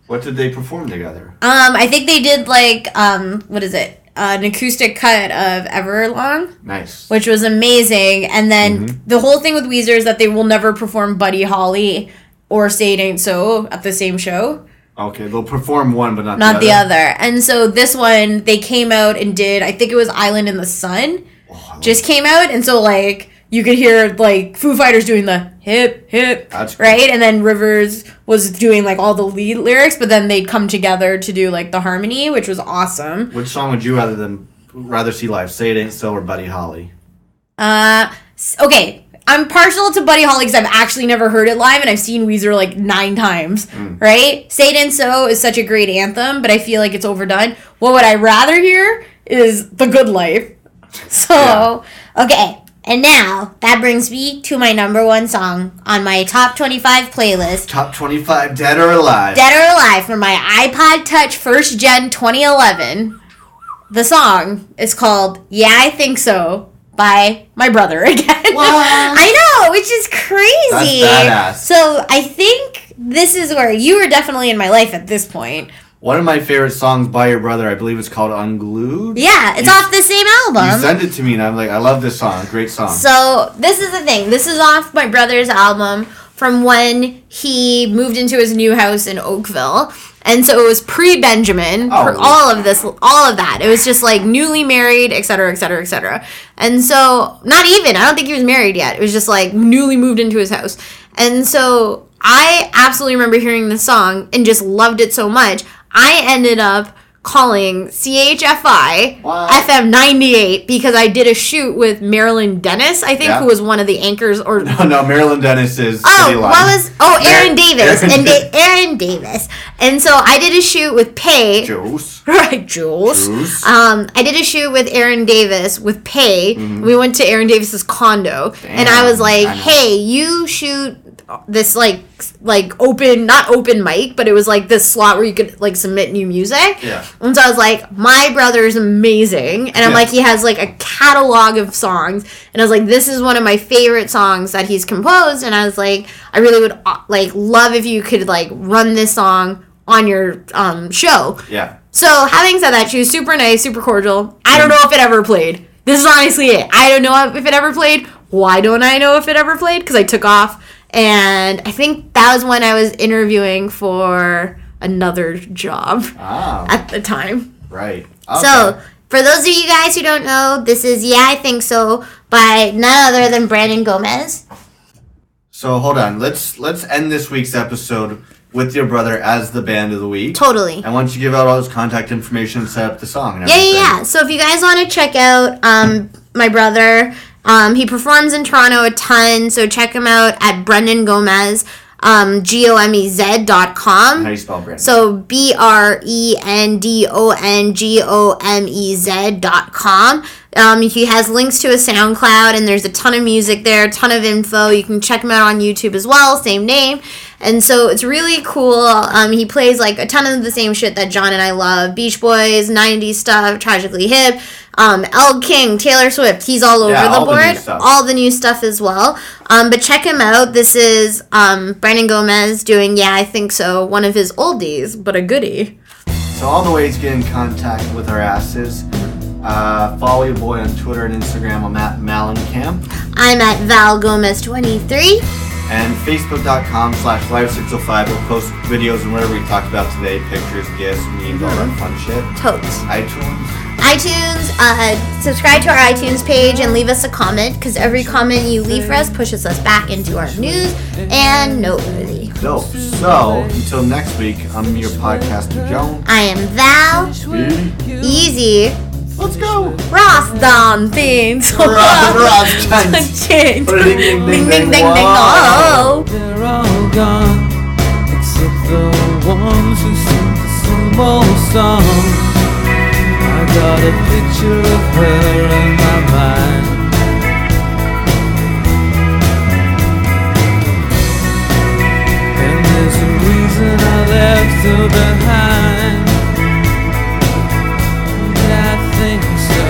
Speaker 3: What did they perform together?
Speaker 2: um, I think they did like um, what is it? Uh, an acoustic cut of Everlong,
Speaker 3: Nice.
Speaker 2: which was amazing. And then
Speaker 3: Mm-hmm.
Speaker 2: the whole thing with Weezer is that they will never perform Buddy Holly or Say It Ain't So at the same show,
Speaker 3: Okay, they'll perform one, but not,
Speaker 2: not the other. And so this one, they came out and did. I think it was Island in the Sun,
Speaker 3: Oh,
Speaker 2: just came out, and so like you could hear like Foo Fighters doing the hip hip
Speaker 3: That's cool.
Speaker 2: right, and then Rivers was doing like all the lead lyrics, but then they'd come together to do like the harmony, which was awesome.
Speaker 3: Which song would you rather than rather see live? Say it ain't so or Buddy Holly.
Speaker 2: Uh, s- okay.
Speaker 9: I'm partial to Buddy Holly because I've actually never heard it live and I've seen Weezer like nine times, right? Satan So is such a great anthem, but I feel like it's overdone. What would I rather hear is The Good Life.
Speaker 2: So, okay. And now that brings me to my number one song on my top 25 playlist
Speaker 3: Top 25 dead or alive.
Speaker 2: Dead or Alive from my iPod Touch First Gen 2011. The song is called Yeah, I Think So by my brother again. I know, which is crazy.
Speaker 3: That's badass.
Speaker 2: So, I think this is where you were definitely in my life at this point.
Speaker 3: One of my favorite songs by your brother, I believe it's called Unglued.
Speaker 2: Yeah, it's off the same album.
Speaker 3: You sent it to me and I'm like, I love this song. Great song.
Speaker 2: So this is the thing. This is off my brother's album from when he moved into his new house in Oakville. And so it was pre Benjamin for
Speaker 3: Oh.
Speaker 2: all of this, all of that. It was just like newly married, et cetera, et cetera, et cetera. And so, not even, I don't think he was married yet. It was just like newly moved into his house. And so I absolutely remember hearing this song and just loved it so much. I ended up calling CHFI FM 98 because I did a shoot with Marilyn Dennis, I think,
Speaker 3: Yeah.
Speaker 2: who was one of the anchors or
Speaker 3: oh no, Marilyn Dennis is City
Speaker 2: Oh,
Speaker 3: Line.
Speaker 2: what was? Oh, Aaron
Speaker 3: Aaron-
Speaker 2: Davis
Speaker 3: Aaron
Speaker 2: and da- Aaron Davis. And so I did a shoot with Pay.
Speaker 3: Juice.
Speaker 2: Right, Jules.
Speaker 3: Jules.
Speaker 2: Um, I did a shoot with Aaron Davis with Pay. We went to Aaron Davis's condo, and I was like,
Speaker 3: Mm-hmm. I know.
Speaker 2: "Hey, you shoot this like s- like open not open mic, but it was like this slot where you could like submit new music."
Speaker 3: Yeah.
Speaker 2: And so I was like, "My brother is amazing," and I'm
Speaker 3: Yeah.
Speaker 2: like, "He has like a catalog of songs," and I was like, "This is one of my favorite songs that he's composed," and I was like, "I really would uh, like love if you could like run this song." on your um, show
Speaker 3: Yeah.
Speaker 2: so having said that, she was super nice, super cordial. I don't know if it ever played. This is honestly it. I don't know if it ever played. Why don't I know if it ever played? Because I took off, and I think that was when I was interviewing for another job
Speaker 3: Ah,
Speaker 2: at the time.
Speaker 3: right.
Speaker 2: So
Speaker 3: Okay.
Speaker 2: for those of you guys who don't know, this is yeah, I think so by none other than Brandon Gomez.
Speaker 3: So hold on. Let's let's end this week's episode with your brother as the band of the week.
Speaker 2: Totally.
Speaker 3: And once you give out all his contact information and set up the song and
Speaker 2: Yeah,
Speaker 3: everything.
Speaker 2: yeah, yeah. So if you guys want to check out um, my brother, um, he performs in Toronto a ton. So check him out at Brendan Gomez, um, G O M E Z dot com.
Speaker 3: How do you spell Brandon?
Speaker 2: So B R E N D O N G O M E Z dot com. Um, he has links to his SoundCloud, and there's a ton of music there, a ton of info. You can check him out on YouTube as well, same name. And so it's really cool. Um, he plays like a ton of the same shit that John and I love Beach Boys, 90s stuff, Tragically Hip, um, El King, Taylor Swift. He's all over
Speaker 3: Yeah,
Speaker 2: the
Speaker 3: all the new
Speaker 2: board.
Speaker 3: stuff.
Speaker 2: all all the new stuff as well. Um, but check him out. This is um, Brandon Gomez doing Yeah, I Think So, one of his oldies, but a goodie.
Speaker 3: So all the ways to get in contact with our asses. Uh, follow your boy on Twitter and Instagram. I'm at Malencamp
Speaker 2: I'm at Val Gomez23.
Speaker 3: and Facebook.com slash Live605. We'll post videos and whatever we talked about today, pictures, gifts, memes, all that fun shit.
Speaker 2: Totes.
Speaker 3: iTunes.
Speaker 2: iTunes, uh, subscribe to our iTunes page and leave us a comment because every comment you leave for us pushes us back into our news and noteworthy.
Speaker 3: Dope. So until next week, I'm your podcaster Joan.
Speaker 2: I am Val Easy
Speaker 3: Let's go.
Speaker 2: Ross Don Things.
Speaker 3: Ross- Ross Dunn.
Speaker 2: Ding
Speaker 3: Ding ding
Speaker 2: ding ding ding. Oh.
Speaker 4: They're all gone, except the ones who sing the same old song. I got a picture of her in my mind. And there's a reason I left her behind. I think so.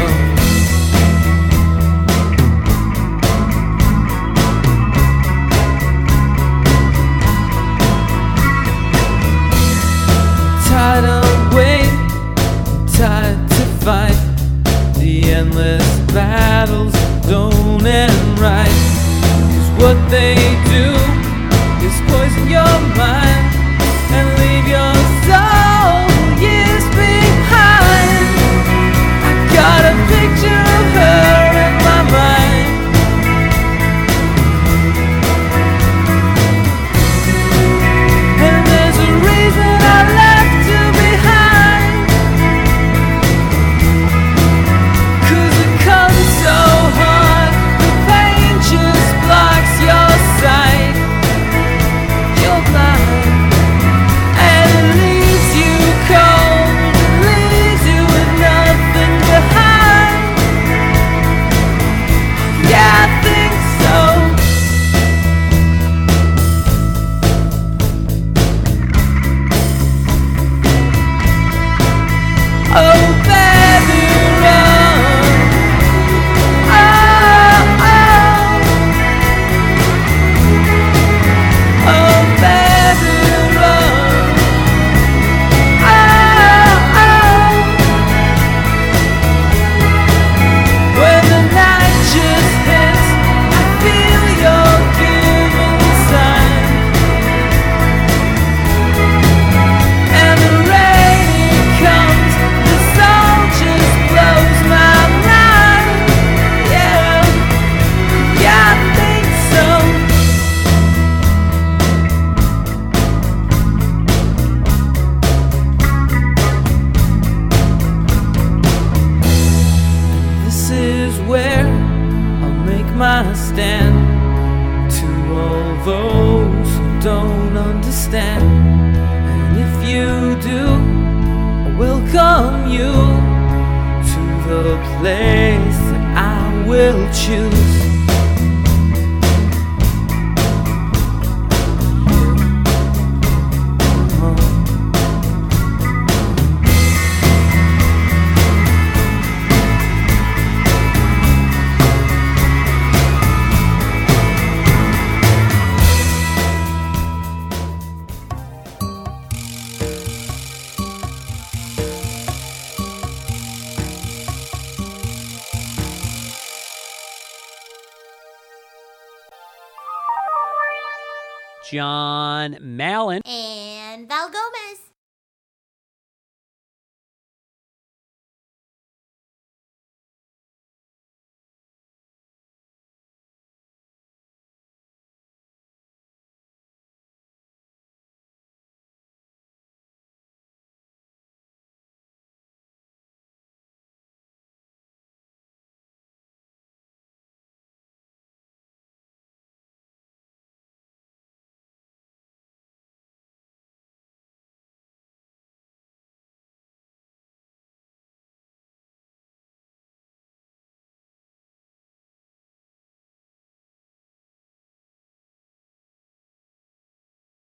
Speaker 4: tidal wave, tied to fight the endless battles of don't end right. 'Cause what they do is poison your mind and leave your soul years behind. I got a picture of her in my mind. And there's a reason I left you behind. 'Cause it comes so hard, the pain just flies. place that I will choose.
Speaker 10: John Mallon.
Speaker 2: And Val Gomez.